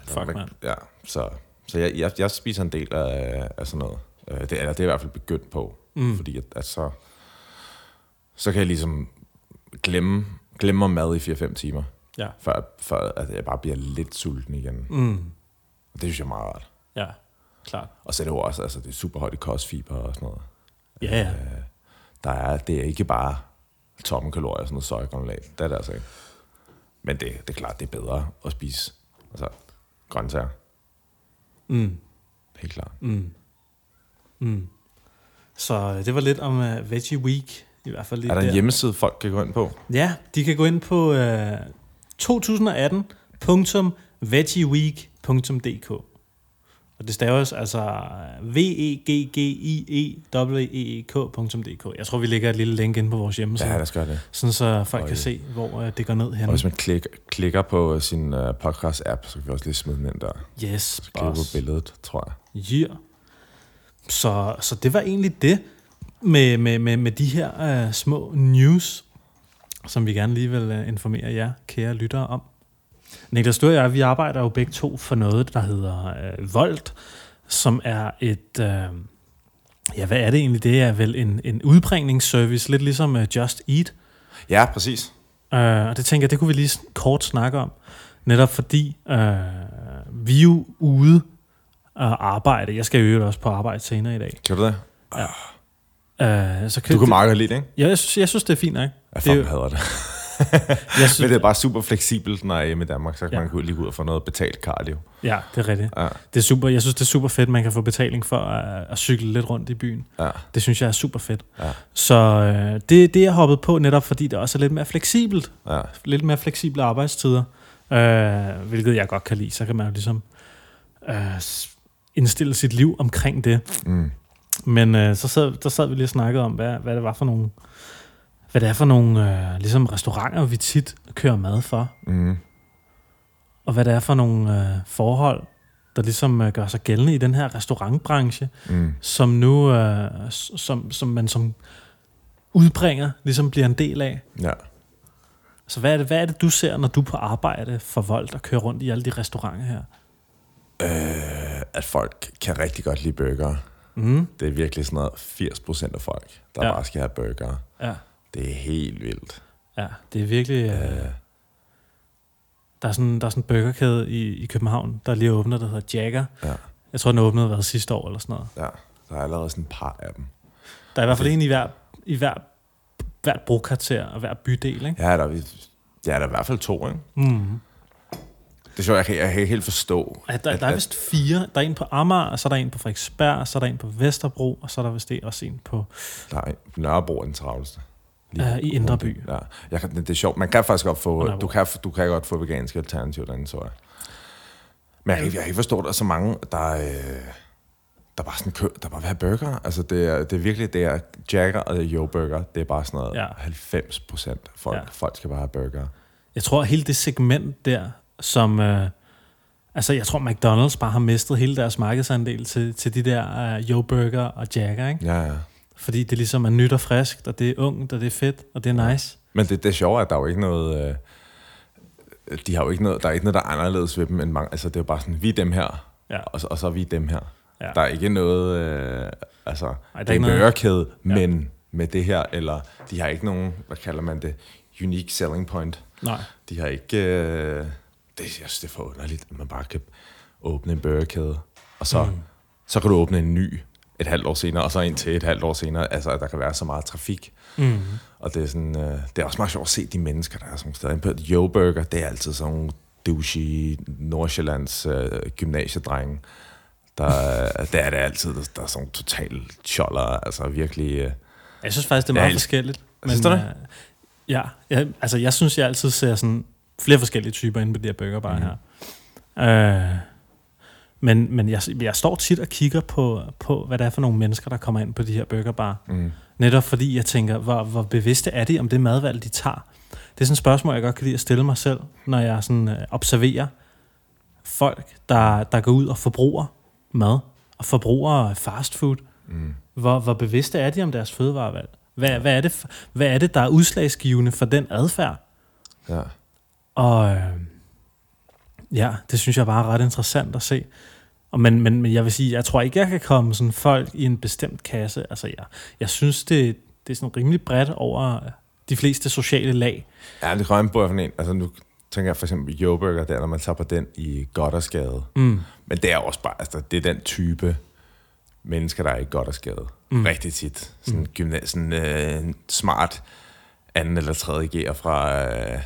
[SPEAKER 2] Altså,
[SPEAKER 1] Fuck, mand.
[SPEAKER 2] Ja, så, så jeg, jeg, jeg spiser en del af, af sådan noget. Øh, Det, eller det er i hvert fald begyndt på.
[SPEAKER 1] Mm.
[SPEAKER 2] Mm. Fordi at, at så, så kan jeg ligesom glemme, glemme om mad i 4-5 timer,
[SPEAKER 1] Ja.
[SPEAKER 2] før, før at jeg bare bliver lidt sulten igen.
[SPEAKER 1] Mm.
[SPEAKER 2] Og det synes jeg er meget rart.
[SPEAKER 1] Ja, klart.
[SPEAKER 2] Og så er det jo også, altså det er super højt i kostfiber og sådan noget.
[SPEAKER 1] Ja, ja.
[SPEAKER 2] Øh, der er, det er ikke bare tomme kalorier og sådan noget sojagranulat. Det er det altså ikke. Men det, det er klart, det er bedre at spise Altså, grøntsager.
[SPEAKER 1] Mm.
[SPEAKER 2] Helt klart.
[SPEAKER 1] Mm. Mm. Så øh, det var lidt om uh, Veggie Week. I hvert fald lige
[SPEAKER 2] Er der en
[SPEAKER 1] der.
[SPEAKER 2] hjemmeside, folk kan gå ind på?
[SPEAKER 1] Ja, de kan gå ind på øh, 2018.veggieweek.dk Og det staves altså v e g g i e w e k.dk Jeg tror, vi lægger et lille link ind på vores hjemmeside,
[SPEAKER 2] Ja,
[SPEAKER 1] ja,
[SPEAKER 2] lad os gøre det.
[SPEAKER 1] sådan så folk
[SPEAKER 2] Øj.
[SPEAKER 1] kan se, hvor øh, det går ned
[SPEAKER 2] Og
[SPEAKER 1] henne.
[SPEAKER 2] hvis man klik, klikker på sin uh, podcast-app, så kan vi også lige smide den ind der. Så
[SPEAKER 1] Yes,
[SPEAKER 2] klikker vi på
[SPEAKER 1] boss.
[SPEAKER 2] billedet, tror jeg.
[SPEAKER 1] Yeah. Så, så det var egentlig det med, med, med, med de her øh, små news, som vi gerne lige vil øh, informere jer, kære lyttere, om. Niklas, du og jeg, vi arbejder jo begge to for noget, der hedder øh, Volt, som er et... Øh, ja, hvad er det egentlig? Det er vel en, en udbringningsservice, lidt ligesom øh, Just Eat.
[SPEAKER 2] Ja, præcis.
[SPEAKER 1] Øh, og det tænker jeg, det kunne vi lige s- kort snakke om. Netop fordi øh, vi er jo ude og arbejde. Jeg skal jo i øvrigt også på arbejde senere i dag.
[SPEAKER 2] Kan du det?
[SPEAKER 1] Øh, så kan
[SPEAKER 2] Du kan
[SPEAKER 1] det,
[SPEAKER 2] meget godt lide det, ikke?
[SPEAKER 1] ja, jeg, synes, jeg synes, det er fint, ikke?
[SPEAKER 2] Jeg
[SPEAKER 1] Det er jo-
[SPEAKER 2] fucking hader det.
[SPEAKER 1] Jeg
[SPEAKER 2] Men
[SPEAKER 1] synes,
[SPEAKER 2] det er bare super fleksibelt, når jeg er hjemme i Danmark, så kan
[SPEAKER 1] Ja.
[SPEAKER 2] man gå- lige gå ud og få noget betalt cardio.
[SPEAKER 1] ja, det er rigtigt.
[SPEAKER 2] Ja.
[SPEAKER 1] Det er super, jeg synes, det er super fedt, man kan få betaling for at, at cykle lidt rundt i byen.
[SPEAKER 2] Ja.
[SPEAKER 1] Det synes jeg er super fedt.
[SPEAKER 2] Ja.
[SPEAKER 1] Så øh, det, det er jeg hoppet på, netop fordi det også er lidt mere fleksibelt.
[SPEAKER 2] Ja.
[SPEAKER 1] lidt mere fleksible arbejdstider, øh, hvilket jeg godt kan lide. Så kan man jo ligesom øh, s- indstille sit liv omkring det.
[SPEAKER 2] Mm.
[SPEAKER 1] Men øh, så sad, der sad vi lige og snakkede om, hvad, hvad det var for nogle, hvad det er for nogle øh, ligesom restauranter, vi tit kører mad for,
[SPEAKER 2] Mm.
[SPEAKER 1] og hvad det er for nogle øh, forhold, der ligesom øh, gør sig gældende i den her restaurantbranche,
[SPEAKER 2] Mm.
[SPEAKER 1] som nu, øh, s- som, som man som udbringer, ligesom bliver en del af.
[SPEAKER 2] Ja.
[SPEAKER 1] Så hvad er, det, hvad er det, du ser, når du er på arbejde for Volt og kører rundt i alle de restauranter her?
[SPEAKER 2] At folk kan rigtig godt lide burger.
[SPEAKER 1] Mm.
[SPEAKER 2] Det er virkelig sådan noget 80% af folk, der
[SPEAKER 1] Ja.
[SPEAKER 2] ja. bare skal have burger.
[SPEAKER 1] Ja,
[SPEAKER 2] Det er helt vildt.
[SPEAKER 1] ja, det er virkelig... Øh,
[SPEAKER 2] Øh,
[SPEAKER 1] der, er sådan, der er sådan en burgerkæde i, i København, der lige åbner, der hedder Jagger.
[SPEAKER 2] ja,
[SPEAKER 1] Jeg tror, den åbnede hvad, sidste år eller sådan noget.
[SPEAKER 2] ja. Der er allerede sådan et par af dem.
[SPEAKER 1] Der er i hvert fald en i hver, i hver, hvert brokvarter og hver bydel, ikke?
[SPEAKER 2] Ja, der er, vi- ja, der er i hvert fald to, ikke?
[SPEAKER 1] Mm.
[SPEAKER 2] Det er sjovt, jeg kan, jeg kan ikke helt forstå.
[SPEAKER 1] Ja, der, der er vist fire. Der er en på Amager, og så er der en på Frederiksberg, og så er der en på Vesterbro, og så er der vist det også en på...
[SPEAKER 2] Der er Nørrebro er den travleste.
[SPEAKER 1] Ja, i Indre By.
[SPEAKER 2] Ja. Jeg kan, det er sjovt. Man kan faktisk godt
[SPEAKER 1] Og
[SPEAKER 2] få,
[SPEAKER 1] Nørrebro.
[SPEAKER 2] du kan, du kan godt få veganske alternativer derinde, tror jeg. Men jeg kan, ikke- jeg kan ikke forstå, at der er så mange, der, øh, der bare sådan kø, der bare vil have burger. Altså det er, det er virkelig, det er Jagger og Yo Burger, det er bare sådan noget
[SPEAKER 1] Ja.
[SPEAKER 2] ja. 90 procent folk,
[SPEAKER 1] Ja.
[SPEAKER 2] ja. folk skal bare have burger.
[SPEAKER 1] Jeg tror, hele det segment der, som... Øh, altså, jeg tror, McDonald's bare har mistet hele deres markedsandel til, til de der øh, Yo Burger og Jagger, ikke?
[SPEAKER 2] Ja, ja.
[SPEAKER 1] Fordi det ligesom er nyt og friskt, og det er ungt, og det er fedt, og det er nice.
[SPEAKER 2] Men det, det sjove er, at der er jo ikke noget... Øh, de har jo ikke noget, der er ikke noget, der er anderledes ved dem end mange. Altså, det er jo bare sådan, vi er dem her,
[SPEAKER 1] Ja.
[SPEAKER 2] og, så- og så er vi dem her.
[SPEAKER 1] Ja.
[SPEAKER 2] Ja. Der er ikke noget... Øh, altså,
[SPEAKER 1] er
[SPEAKER 2] Ej,
[SPEAKER 1] ikke
[SPEAKER 2] det er en
[SPEAKER 1] noget-
[SPEAKER 2] børkæde, ja. men med det her, eller de har ikke nogen, hvad kalder man det, unique selling point.
[SPEAKER 1] Nej.
[SPEAKER 2] De har ikke... Øh, det, jeg synes, det er for underligt, at man bare kan åbne en burgerkæde, og så, mm. så kan du åbne en ny et halvt år senere, og så en til et halvt år senere. Altså, at der kan være så meget trafik. Mm.
[SPEAKER 1] Mhm.
[SPEAKER 2] Og det er, sådan, øh, det er også meget sjovt at se de mennesker, der er sådan stadig på et Yo Burger. Det er altid sådan nogle douchey Nordsjællands øh, gymnasiedrenge. Der, øh, der er det altid, der, der er sådan total choller, altså virkelig... Øh,
[SPEAKER 1] Jeg synes faktisk, det er
[SPEAKER 2] Ja,
[SPEAKER 1] meget
[SPEAKER 2] helt-
[SPEAKER 1] forskelligt.
[SPEAKER 2] Synes du det?
[SPEAKER 1] øh, ja, jeg, altså jeg synes, jeg altid ser sådan flere forskellige typer inde på de her burgerbarer
[SPEAKER 2] Mhm.
[SPEAKER 1] mm. her. Øh, men men jeg, jeg står tit og kigger på, på, hvad det er for nogle mennesker, der kommer ind på de her burgerbarer.
[SPEAKER 2] Mhm.
[SPEAKER 1] Mm. Netop fordi jeg tænker, hvor, hvor bevidste er de om det madvalg, de tager? Det er sådan et spørgsmål, jeg godt kan lide at stille mig selv, når jeg sådan, øh, observerer folk, der, der går ud og forbruger mad, og forbruger fast food. Mm. Hvor, hvor bevidste er de om deres fødevarevalg? Hvad, hvad, er det, f- hvad er det, der er udslagsgivende for den adfærd?
[SPEAKER 2] ja.
[SPEAKER 1] Og øh, ja, det synes jeg bare er ret interessant at se. Og men, men, men jeg vil sige, jeg tror ikke, jeg kan komme sådan folk i en bestemt kasse. Altså, jeg, jeg synes, det, det er sådan rimelig bredt over øh, de fleste sociale lag.
[SPEAKER 2] Ja, det kommer an på, hvad for en. Altså nu tænker jeg for eksempel Yo Burger der, når man tager på den i Goddersgade. Mm. Men det er også bare, altså det er den type mennesker, der er i Goddersgade. Mm. Rigtig tit. Sådan, mm. gymna- sådan øh, en smart anden eller tredje G'er fra, øh,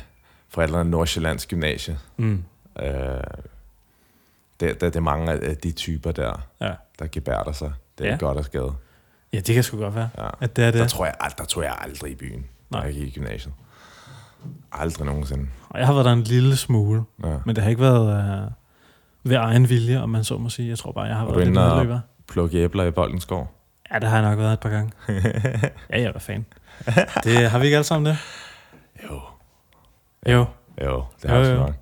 [SPEAKER 2] fra et eller andet nordsjællandsk gymnasie. Mm. Øh, Det, det, det er mange af de typer der,
[SPEAKER 1] Ja.
[SPEAKER 2] der gebærder sig. Det er
[SPEAKER 1] Ja.
[SPEAKER 2] ja. godt og skade.
[SPEAKER 1] Ja, det kan sgu godt være,
[SPEAKER 2] Ja.
[SPEAKER 1] ja. at det er
[SPEAKER 2] Der
[SPEAKER 1] det.
[SPEAKER 2] tror jeg, ald- der tror jeg aldrig i byen,
[SPEAKER 1] Nej.
[SPEAKER 2] Nej. jeg gik i gymnasiet. Aldrig nogensinde.
[SPEAKER 1] Og jeg har været der en lille smule,
[SPEAKER 2] Ja.
[SPEAKER 1] men det har ikke været øh, ved egen vilje, om man så må sige. Jeg tror bare, jeg har
[SPEAKER 2] Var
[SPEAKER 1] været lidt
[SPEAKER 2] du inde og-
[SPEAKER 1] medløber.
[SPEAKER 2] Plukke æbler i boldens skov.
[SPEAKER 1] Ja, det har jeg nok været et par gange. ja, jeg er da fan. Det har vi ikke alle sammen det?
[SPEAKER 2] Jo.
[SPEAKER 1] Jo.
[SPEAKER 2] Jo, det
[SPEAKER 1] Jo,
[SPEAKER 2] har vi sgu
[SPEAKER 1] jo.
[SPEAKER 2] nok.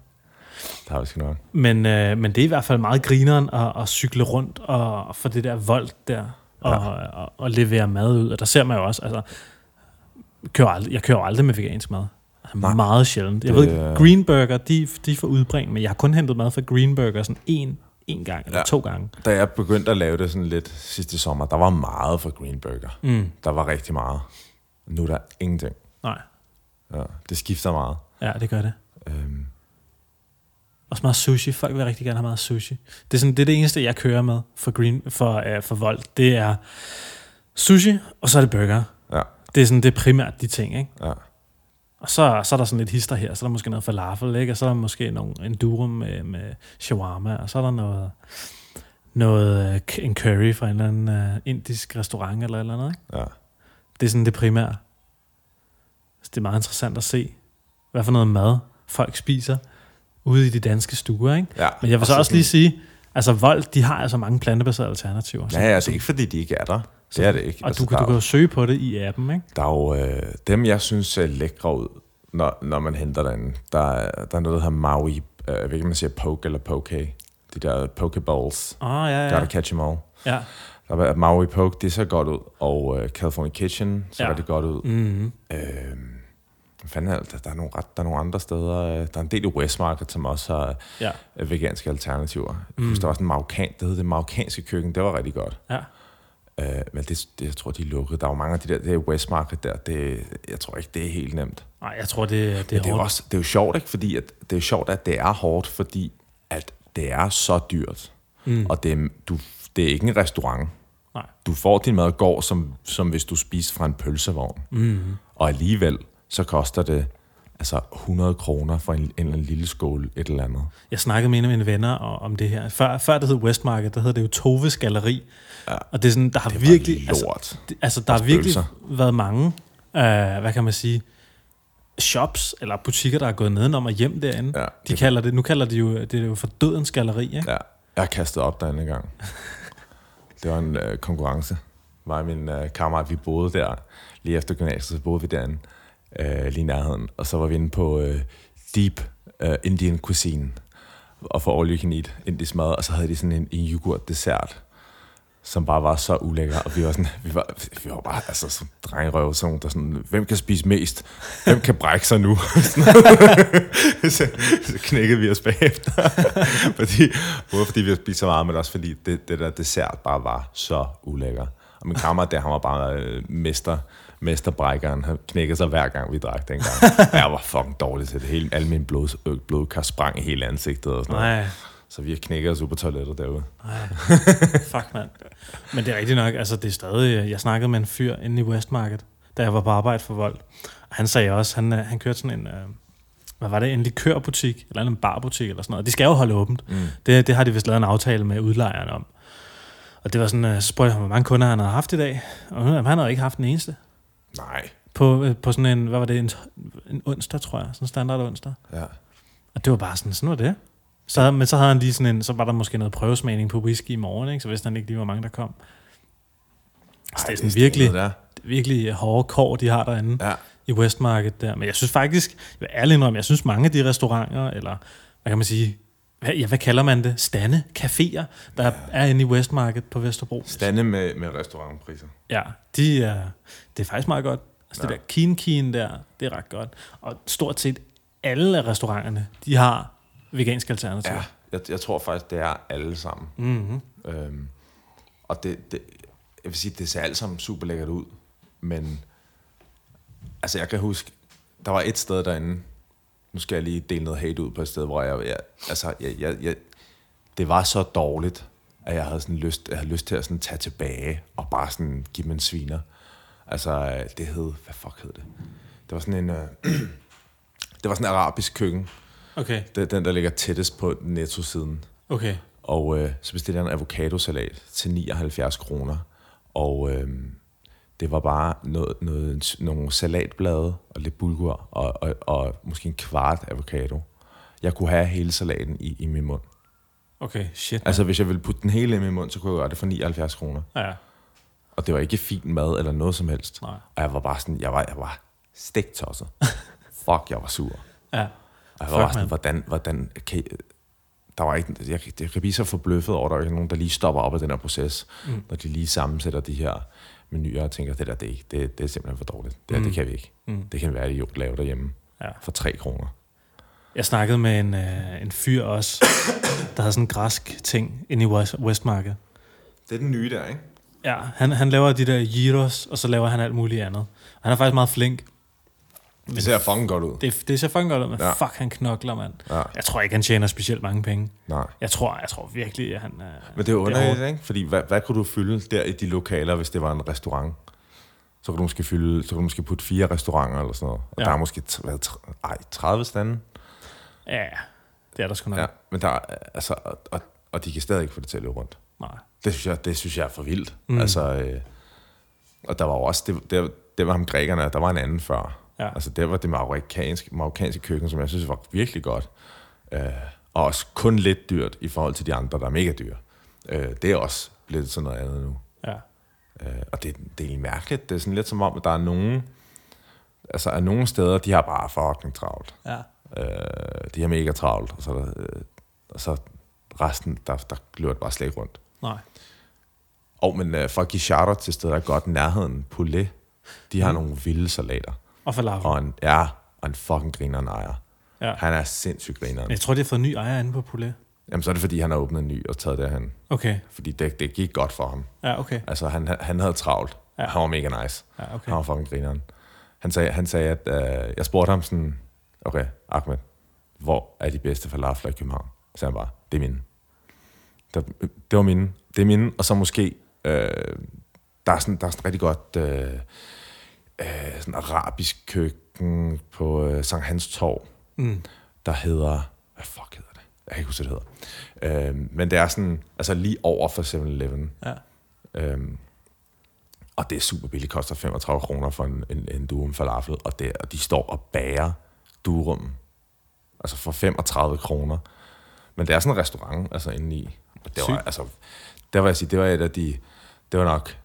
[SPEAKER 2] Det har vi sgu nok.
[SPEAKER 1] Men, øh, men det er i hvert fald meget grineren at, at cykle rundt og, og få det der vold der, og,
[SPEAKER 2] Ja.
[SPEAKER 1] ja. og, og, og levere mad ud. Og der ser man jo også, altså, jeg kører aldrig, jeg kører jo aldrig med vegansk mad. Altså,
[SPEAKER 2] Nej.
[SPEAKER 1] meget sjældent. Jeg
[SPEAKER 2] Det-
[SPEAKER 1] det, ved, Green Burger, de, de får udbring, men jeg har kun hentet mad fra Green Burger sådan en, en gang eller ja.
[SPEAKER 2] Ja.
[SPEAKER 1] to gange.
[SPEAKER 2] Da jeg begyndte at lave det sådan lidt sidste sommer, der var meget for Green Burger.
[SPEAKER 1] Mm,
[SPEAKER 2] Der var rigtig meget. Nu er der ingenting.
[SPEAKER 1] nej,
[SPEAKER 2] Ja, det skifter meget.
[SPEAKER 1] ja, det gør det.
[SPEAKER 2] Øhm,
[SPEAKER 1] Også meget sushi. Folk vil rigtig gerne have meget sushi. Det er, sådan, det, er det eneste, jeg kører med for, green, for, uh, for vold. Det er sushi, og så er det burger.
[SPEAKER 2] Ja.
[SPEAKER 1] Det er sådan, det er primært de ting, ikke?
[SPEAKER 2] ja.
[SPEAKER 1] Og så, så er der sådan lidt hister her. Så er der måske noget falafel, ikke? Og så er der måske nogle, en durum med, med shawarma. Og så er der noget, noget øh, k- en curry fra en eller anden uh, indisk restaurant eller et eller andet, ikke?
[SPEAKER 2] Ja.
[SPEAKER 1] Det er sådan det primære. Så det er meget interessant at se, hvad for noget mad folk spiser ude i de danske stuer, ikke?
[SPEAKER 2] ja.
[SPEAKER 1] Men jeg vil så
[SPEAKER 2] Og
[SPEAKER 1] også lige sige, altså Vold, de har altså mange plantebaserede alternativer.
[SPEAKER 2] Ja, ja, altså ikke fordi de ikke er der. Det er det ikke.
[SPEAKER 1] Og
[SPEAKER 2] altså,
[SPEAKER 1] du, kan,
[SPEAKER 2] der,
[SPEAKER 1] du kan
[SPEAKER 2] er
[SPEAKER 1] jo søge på det i appen, ikke?
[SPEAKER 2] jo- der er jo øh, dem, jeg synes ser lækre ud, når, når man henter den. Der, er- der er noget, der hedder Maui, øh, jeg ved ikke, om man siger poke eller poke. De der pokeballs.
[SPEAKER 1] Åh, oh, ja, ja,
[SPEAKER 2] Ja. Gotta
[SPEAKER 1] ja.
[SPEAKER 2] catch them all.
[SPEAKER 1] ja.
[SPEAKER 2] Der var Maui Poke, det ser godt ud. Og øh, California Kitchen ser
[SPEAKER 1] Ja.
[SPEAKER 2] ja. rigtig godt ud.
[SPEAKER 1] Mm-hmm.
[SPEAKER 2] Øh, hvad fanden er det? Der, der, er nogle ret, der er nogle andre steder. øh, Der er en del i Westmarket, som også har
[SPEAKER 1] ja.
[SPEAKER 2] øh, veganske alternativer. Mm. Jeg
[SPEAKER 1] Mm.
[SPEAKER 2] husker, der var sådan en marokkan, det hed det marokkanske køkken. Det var rigtig godt.
[SPEAKER 1] Ja.
[SPEAKER 2] Øh, men det, det, jeg tror, de er lukket. Der er jo mange af de der, det der Westmarket der, det, jeg tror ikke, det er helt nemt.
[SPEAKER 1] Nej, jeg tror, det, det
[SPEAKER 2] Det
[SPEAKER 1] er
[SPEAKER 2] er, jo
[SPEAKER 1] hårdt.
[SPEAKER 2] også, det er jo sjovt, ikke? Fordi at, det er sjovt, at det er hårdt, fordi at det er så dyrt.
[SPEAKER 1] Mm.
[SPEAKER 2] Og det, er- du, det er ikke en restaurant.
[SPEAKER 1] Nej.
[SPEAKER 2] Du får din mad og går, som, som hvis du spiser fra en pølsevogn.
[SPEAKER 1] Mm.
[SPEAKER 2] Og alligevel, så koster det altså 100 kroner for en, en eller anden lille skål et eller andet.
[SPEAKER 1] Jeg snakkede med en af mine venner og, om det her. Før, før det hed Westmarket, der hed det jo Toves Galeri.
[SPEAKER 2] Ja.
[SPEAKER 1] Og det er sådan, der har
[SPEAKER 2] Det var
[SPEAKER 1] virkelig...
[SPEAKER 2] lort.
[SPEAKER 1] Altså,
[SPEAKER 2] Altså,
[SPEAKER 1] det- altså, der har
[SPEAKER 2] Også
[SPEAKER 1] virkelig
[SPEAKER 2] pølser.
[SPEAKER 1] været mange, øh, hvad kan man sige, shops eller butikker, der er gået nedenom og hjem derinde.
[SPEAKER 2] Ja,
[SPEAKER 1] de
[SPEAKER 2] det-
[SPEAKER 1] kalder det, nu kalder de jo, det er jo for dødens galeri, ikke?
[SPEAKER 2] ja, jeg kastede op der en gang. Det var en øh, konkurrence. Mig og min øh, kammerat, vi boede der lige efter gymnasiet, så boede vi derinde øh, lige i nærheden. Og så var vi inde på øh, Deep øh, Indian Cuisine og for all you can eat indisk mad, og så havde de sådan en, en yoghurt dessert, som bare var så ulækker, og vi var sådan, vi var, vi var bare, altså, som drengerøv, sådan, nogle, der sådan, hvem kan spise mest? Hvem kan brække sig nu? så, så knækkede vi os bagefter, fordi, både fordi vi havde spist så meget, men også fordi det, det der dessert bare var så ulækker. Og min kammerat der, han var bare øh, mester, mesterbrækkeren. Han knækkede sig hver gang, vi drak dengang. Og jeg var fucking dårlig til det hele. Alle mine blod, øh, blodkar sprang i hele ansigtet og sådan noget.
[SPEAKER 1] Nej.
[SPEAKER 2] Så vi har knækket os ud på toilettet derude.
[SPEAKER 1] Ej, fuck mand. Men det er rigtigt nok, altså det er stadig, jeg snakkede med en fyr inde i Westmarket, da jeg var på arbejde for vold. Og han sagde også, han, øh, han kørte sådan en, øh, hvad var det, en likørbutik, eller en barbutik eller sådan noget. De skal jo holde åbent. Mm. Det, det har de vist lavet en aftale med udlejeren om. Og det var sådan, øh, så spurgte jeg ham, hvor mange kunder han havde haft i dag. Og han havde jo ikke haft den eneste.
[SPEAKER 2] Nej.
[SPEAKER 1] På, øh, på sådan en, hvad var det, en, en onsdag, tror jeg. Sådan en standard onsdag.
[SPEAKER 2] Ja.
[SPEAKER 1] Og det var bare sådan, sådan var det. Så, havde- men så havde han lige sådan en, så var der måske noget prøvesmagning på whisky i morgen, ikke? så vidste han ikke lige, hvor mange der kom. Så det er sådan virkelig,
[SPEAKER 2] Der.
[SPEAKER 1] virkelig hårde kår, de har derinde ja.
[SPEAKER 2] Ja.
[SPEAKER 1] i Westmarket der. Men jeg synes faktisk, jeg vil ærligt indrømme, jeg synes mange af de restauranter, eller hvad kan man sige, hvad, ja, hvad kalder man det? Stande, caféer, der ja. er inde i Westmarket på Vesterbro.
[SPEAKER 2] Stande med, med restaurantpriser.
[SPEAKER 1] Ja, de er, det er faktisk meget godt. Altså ja.
[SPEAKER 2] Ja.
[SPEAKER 1] det der keen keen der, det er ret godt. Og stort set alle af restauranterne, de har veganske alternativer.
[SPEAKER 2] Ja. Jeg, jeg tror faktisk, det er alle sammen.
[SPEAKER 1] Mm-hmm.
[SPEAKER 2] Øhm, og det, det, jeg vil sige, det ser alt sammen super lækkert ud. Men altså, jeg kan huske, der var et sted derinde. Nu skal jeg lige dele noget hate ud på et sted, hvor jeg, jeg altså, jeg, jeg, jeg, det var så dårligt, at jeg havde sådan lyst, jeg havde lyst til at sådan tage tilbage og bare sådan give dem en sviner. Altså, øh, det hed, hvad fuck hed det? Det var sådan en, øh, det var sådan en arabisk køkken.
[SPEAKER 1] Okay,
[SPEAKER 2] Det er den, der ligger tættest på netto-siden.
[SPEAKER 1] okay.
[SPEAKER 2] Og øh, så bestilte jeg en avocadosalat til 79 kroner. Og øh, det var bare noget, noget, nogle salatblade og lidt bulgur og, og, og måske en kvart avocado. Jeg kunne have hele salaten i, i min mund.
[SPEAKER 1] Okay, shit.
[SPEAKER 2] Altså, hvis jeg ville putte den hele i min mund, så kunne jeg gøre det for 79 kroner.
[SPEAKER 1] Ja,
[SPEAKER 2] Og det var ikke fin mad eller noget som helst.
[SPEAKER 1] Nej.
[SPEAKER 2] Og jeg var bare sådan, jeg var, jeg var stegtosset. Fuck, jeg var sur.
[SPEAKER 1] ja.
[SPEAKER 2] Og jeg
[SPEAKER 1] Fuck,
[SPEAKER 2] var bare
[SPEAKER 1] mand.
[SPEAKER 2] sådan, hvordan, hvordan kan I, der var ikke, jeg, jeg kan blive så forbløffet over, at der er ikke nogen, der lige stopper op af den her proces, mm. når de lige sammensætter de her menuer og tænker, det der, det, er ikke- det, det er simpelthen for dårligt. Det, mm. det kan vi ikke. Mm. Det kan være, at I jo laver derhjemme
[SPEAKER 1] Ja.
[SPEAKER 2] for 3 kroner.
[SPEAKER 1] Jeg snakkede med en, øh, en fyr også, der havde sådan en græsk ting inde i West, Westmarket.
[SPEAKER 2] Det er den nye der, ikke?
[SPEAKER 1] Ja, han, han laver de der gyros, og så laver han alt muligt andet. Han er faktisk meget flink.
[SPEAKER 2] Det ser fucking godt ud.
[SPEAKER 1] Det, det ser fucking godt ud, men
[SPEAKER 2] Ja.
[SPEAKER 1] ja. fuck, han knokler, mand.
[SPEAKER 2] Ja.
[SPEAKER 1] Jeg tror ikke, han tjener specielt mange penge.
[SPEAKER 2] Nej.
[SPEAKER 1] Jeg tror, jeg tror virkelig, at han... Øh,
[SPEAKER 2] Men det er jo underligt,
[SPEAKER 1] hårdt.
[SPEAKER 2] ikke? Fordi hvad, hvad kunne du fylde der i de lokaler, hvis det var en restaurant? Så kunne du måske, fylde, så kunne du måske putte fire restauranter eller sådan noget. Og
[SPEAKER 1] Ja.
[SPEAKER 2] ja. der er måske t- hvad, tr- ej, 30 stande.
[SPEAKER 1] Ja, det er der sgu nok.
[SPEAKER 2] Ja.
[SPEAKER 1] Ja.
[SPEAKER 2] Men der er, altså, og, og, og de kan stadig ikke få det til at løbe rundt.
[SPEAKER 1] Nej.
[SPEAKER 2] Det synes jeg, det synes jeg er for vildt. Mm. Altså, øh, og der var jo også, det, det, det var ham grækerne, der var en anden før.
[SPEAKER 1] Ja.
[SPEAKER 2] Altså, det var det marokkanske, marokkanske køkken, som jeg synes var virkelig godt. Øh, og også kun lidt dyrt i forhold til de andre, der er mega dyre. Øh, det er også blevet sådan noget andet nu.
[SPEAKER 1] Ja.
[SPEAKER 2] Øh, og det, det er egentlig mærkeligt. Det er sådan lidt som om, at der er nogen, altså er nogle steder, de har bare fucking travlt.
[SPEAKER 1] ja.
[SPEAKER 2] Øh, de har mega travlt, og så, er der, øh, og så resten, der, der løber det bare slet ikke rundt.
[SPEAKER 1] Nej.
[SPEAKER 2] Og men øh, for at give charter til steder, der er godt i nærheden, Poulet, de har mm. nogle vilde salater.
[SPEAKER 1] Og falafel.
[SPEAKER 2] Og en, ja, og en fucking grineren ejer.
[SPEAKER 1] Ja.
[SPEAKER 2] Han er sindssygt grineren.
[SPEAKER 1] Men jeg tror, de har fået en ny ejer inde på Poulet.
[SPEAKER 2] Jamen, så er det, fordi han har åbnet en ny og taget derhen.
[SPEAKER 1] Okay.
[SPEAKER 2] Fordi det, det gik godt for ham.
[SPEAKER 1] Ja, okay.
[SPEAKER 2] Altså, han, han havde travlt. Ja.
[SPEAKER 1] Ja.
[SPEAKER 2] Han var mega nice.
[SPEAKER 1] Ja, okay.
[SPEAKER 2] Han var fucking grineren. Han sagde, han sagde at øh, jeg spurgte ham sådan, okay, Ahmed, hvor er de bedste falafler i København? Så sagde han bare, det er mine. Der, det var mine. Det er mine, og så måske, øh, der, er sådan, der er sådan rigtig godt øh, øh, sådan arabisk køkken på øh, Sankt Hans Torv,
[SPEAKER 1] Mm.
[SPEAKER 2] der hedder, hvad fuck hedder det? Jeg kan ikke huske, hvad det hedder. Øh, men det er sådan, altså lige over for 7-Eleven.
[SPEAKER 1] Ja.
[SPEAKER 2] Øhm, og det er super billigt, koster 35 kroner for en, en, en durum falafel, og, det, og de står og bærer durum, altså for 35 kroner. Men det er sådan en restaurant, altså inde i. Og det var,
[SPEAKER 1] Sygt.
[SPEAKER 2] altså, der vil jeg sige, det var et af de, det var nok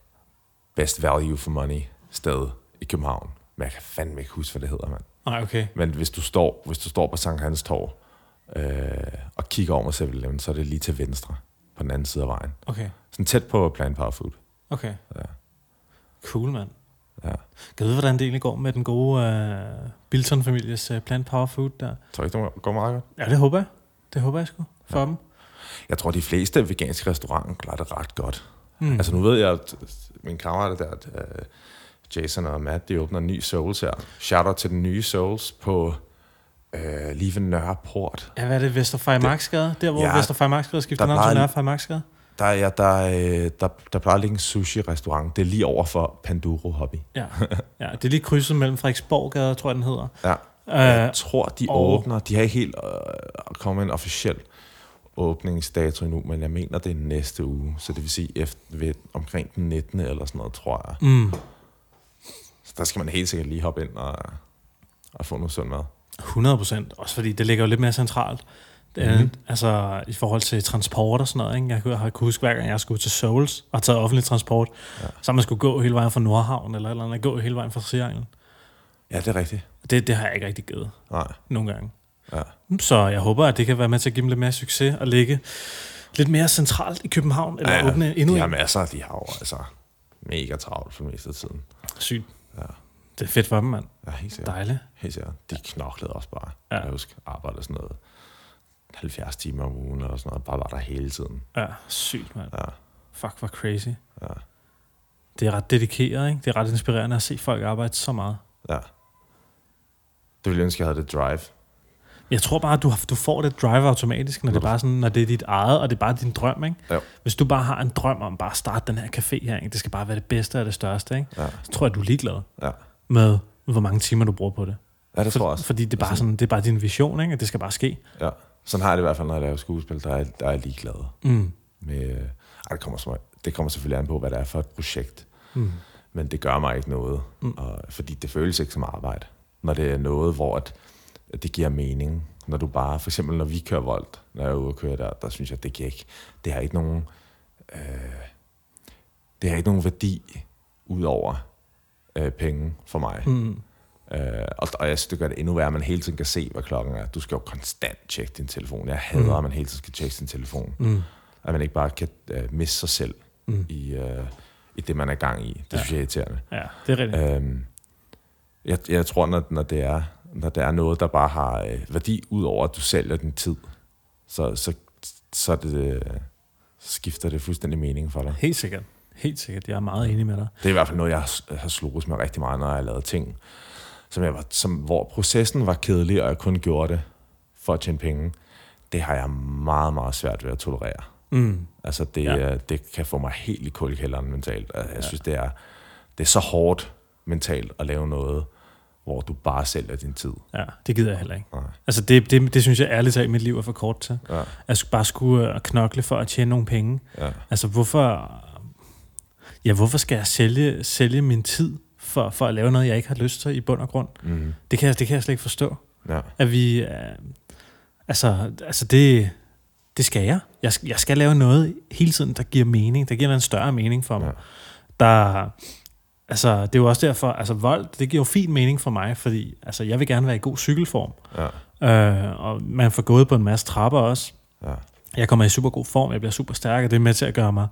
[SPEAKER 2] best value for money sted i København. Men jeg kan fandme ikke huske, hvad det hedder, mand.
[SPEAKER 1] Nej, okay.
[SPEAKER 2] Men hvis du står, hvis du står på Sankt Hans Torv øh, og kigger over mod 7 så er det lige til venstre på den anden side af vejen.
[SPEAKER 1] Okay.
[SPEAKER 2] Sådan tæt på Plan Power Food.
[SPEAKER 1] Okay.
[SPEAKER 2] Ja.
[SPEAKER 1] Cool, mand.
[SPEAKER 2] Ja.
[SPEAKER 1] Kan du vide, hvordan det egentlig går med den gode uh, Bilton-families uh, Plant Power Food der?
[SPEAKER 2] Tror ikke, det går meget godt?
[SPEAKER 1] Ja, det håber jeg. Det håber jeg sgu for ja. dem.
[SPEAKER 2] Jeg tror, de fleste veganske restauranter klarer det ret godt. Mm.
[SPEAKER 1] Mm.
[SPEAKER 2] Altså nu ved jeg, at mine kammerater der, at øh, Jason og Matt, de åbner en ny Souls her. Shout out til den nye Souls på øh, lige ved Nørreport.
[SPEAKER 1] Ja, hvad er det? Vesterfej Marksgade? Der, hvor
[SPEAKER 2] Ja,
[SPEAKER 1] ja, Vesterfej Marksgade skifter
[SPEAKER 2] der
[SPEAKER 1] navn til
[SPEAKER 2] plejer-
[SPEAKER 1] Nørrefej Marksgade?
[SPEAKER 2] Der, er, jeg- der, øh, der, der plejer at ligge en sushi-restaurant. Det er lige over for Panduro Hobby.
[SPEAKER 1] Ja. ja, det er lige krydset mellem Frederiksborggade, tror jeg, den hedder.
[SPEAKER 2] Ja.
[SPEAKER 1] Øh,
[SPEAKER 2] Jeg tror, de
[SPEAKER 1] og-
[SPEAKER 2] åbner. De har ikke helt øh, kommet en officiel åbningsdato endnu, men jeg mener, det er næste uge. Så det vil sige efter, ved, omkring den 19. eller sådan noget, tror jeg.
[SPEAKER 1] mm,
[SPEAKER 2] Så der skal man helt sikkert lige hoppe ind og, og få noget sund mad.
[SPEAKER 1] 100 procent. Også fordi det ligger jo lidt mere centralt. Mm. Altså i forhold til transport og sådan noget. Ikke? Jeg kunne- har- kunne huske, hver gang jeg skulle til Souls og tage offentlig transport, ja. så man skulle gå hele vejen fra Nordhavn eller et eller andet, gå hele vejen fra Trianglen.
[SPEAKER 2] Ja, det er rigtigt.
[SPEAKER 1] Det, det har jeg ikke rigtig givet
[SPEAKER 2] Nej,
[SPEAKER 1] nogle gange.
[SPEAKER 2] ja.
[SPEAKER 1] Så jeg håber, at det kan være med til at give dem lidt mere succes og ligge lidt mere centralt i København, eller ja, åbne endnu
[SPEAKER 2] de har
[SPEAKER 1] en.
[SPEAKER 2] masser, de har jo altså mega travlt for det meste af tiden.
[SPEAKER 1] Sygt. Det er fedt for dem, mand.
[SPEAKER 2] Ja, helt sikkert.
[SPEAKER 1] Dejligt.
[SPEAKER 2] Helt sikkert. De knoklede også bare.
[SPEAKER 1] Ja.
[SPEAKER 2] Jeg husker, arbejder sådan noget 70 timer om ugen eller sådan noget. Bare var der hele tiden.
[SPEAKER 1] Ja, sygt, mand.
[SPEAKER 2] Ja.
[SPEAKER 1] Fuck, hvor crazy.
[SPEAKER 2] Ja.
[SPEAKER 1] Det er ret dedikeret, ikke? Det er ret inspirerende at se folk arbejde så meget.
[SPEAKER 2] Ja. Det ville jeg ønske, jeg havde det drive.
[SPEAKER 1] Jeg tror bare, at du, har- du får det drive automatisk, når det, er bare sådan, når det er dit eget, og det er bare din drøm, ikke?
[SPEAKER 2] Jo.
[SPEAKER 1] Hvis du bare har en drøm om bare at starte den her café her, ikke? det skal bare være det bedste og det største, ikke?
[SPEAKER 2] Ja.
[SPEAKER 1] så tror jeg, du er ligeglad
[SPEAKER 2] Ja,
[SPEAKER 1] med, hvor mange timer du bruger på det.
[SPEAKER 2] ja det tror jeg også. Altså-
[SPEAKER 1] Fordi det er, bare sådan, det er bare din vision, ikke? at det skal bare ske.
[SPEAKER 2] Ja. Sådan har jeg det i hvert fald, når jeg laver skuespil, der er, der er jeg ligeglad
[SPEAKER 1] Mm.
[SPEAKER 2] med... Øh, ej, det, kommer, så- det kommer selvfølgelig an på, hvad det er for et projekt,
[SPEAKER 1] Mm.
[SPEAKER 2] men det gør mig ikke noget, mm. og, fordi det føles ikke som arbejde, når det er noget, hvor at, at det giver mening. Når du bare, for eksempel når vi kører voldt, når jeg er ude og køre der, der synes jeg, det giver ikke, det har ikke nogen, øh, det har ikke nogen værdi ud over øh, penge for mig.
[SPEAKER 1] Mm.
[SPEAKER 2] Øh, og, og jeg synes, det gør det endnu værre, at man hele tiden kan se, hvad klokken er. Du skal jo konstant tjekke din telefon. Jeg hader, at man hele tiden skal tjekke sin telefon.
[SPEAKER 1] Mm.
[SPEAKER 2] At man ikke bare kan øh, miste sig selv
[SPEAKER 1] Mm.
[SPEAKER 2] i, øh, i det, man er gang i. Det
[SPEAKER 1] Ja.
[SPEAKER 2] synes jeg er irriterende.
[SPEAKER 1] Ja, det er rigtigt.
[SPEAKER 2] Øhm, jeg, jeg tror, når, når, det er, når det er noget, der bare har øh, værdi, ud over at du sælger din tid, så, så, så, er det, øh, så skifter det fuldstændig mening for dig.
[SPEAKER 1] Helt sikkert. Helt sikkert. Jeg er meget enig med dig.
[SPEAKER 2] Det er i hvert fald noget, jeg har, har sloges med rigtig meget, når jeg har lavet ting, som jeg var, som, hvor processen var kedelig, og jeg kun gjorde det for at tjene penge. Det har jeg meget, meget svært ved at tolerere.
[SPEAKER 1] Mm.
[SPEAKER 2] Altså, det,
[SPEAKER 1] Ja.
[SPEAKER 2] ja. det kan få mig helt i kuldkælderen mentalt. Altså, Jeg synes, det er, det er så hårdt mentalt at lave noget, hvor du bare sælger din tid.
[SPEAKER 1] Ja, det gider jeg heller ikke.
[SPEAKER 2] Nej.
[SPEAKER 1] Altså det, det, det synes jeg ærligt talt, mit liv er for kort til.
[SPEAKER 2] Ja,
[SPEAKER 1] Jeg skulle bare skulle øh, knokle for at tjene nogle penge.
[SPEAKER 2] ja.
[SPEAKER 1] Altså hvorfor, ja, hvorfor skal jeg sælge, sælge min tid for, for at lave noget, jeg ikke har lyst til i bund og grund?
[SPEAKER 2] Mm,
[SPEAKER 1] Det kan, jeg- det kan jeg slet ikke forstå.
[SPEAKER 2] ja.
[SPEAKER 1] At vi, øh, altså, altså det, det skal jeg. jeg. sk- Jeg skal lave noget hele tiden, der giver mening, der giver en større mening for mig.
[SPEAKER 2] Ja.
[SPEAKER 1] Der, altså, det er jo også derfor, altså vold, det giver jo fin mening for mig, fordi altså, jeg vil gerne være i god cykelform.
[SPEAKER 2] Ja.
[SPEAKER 1] Øh, og man får gået på en masse trapper også.
[SPEAKER 2] Ja.
[SPEAKER 1] Jeg kommer i super god form, jeg bliver super stærk, og det er med til at gøre mig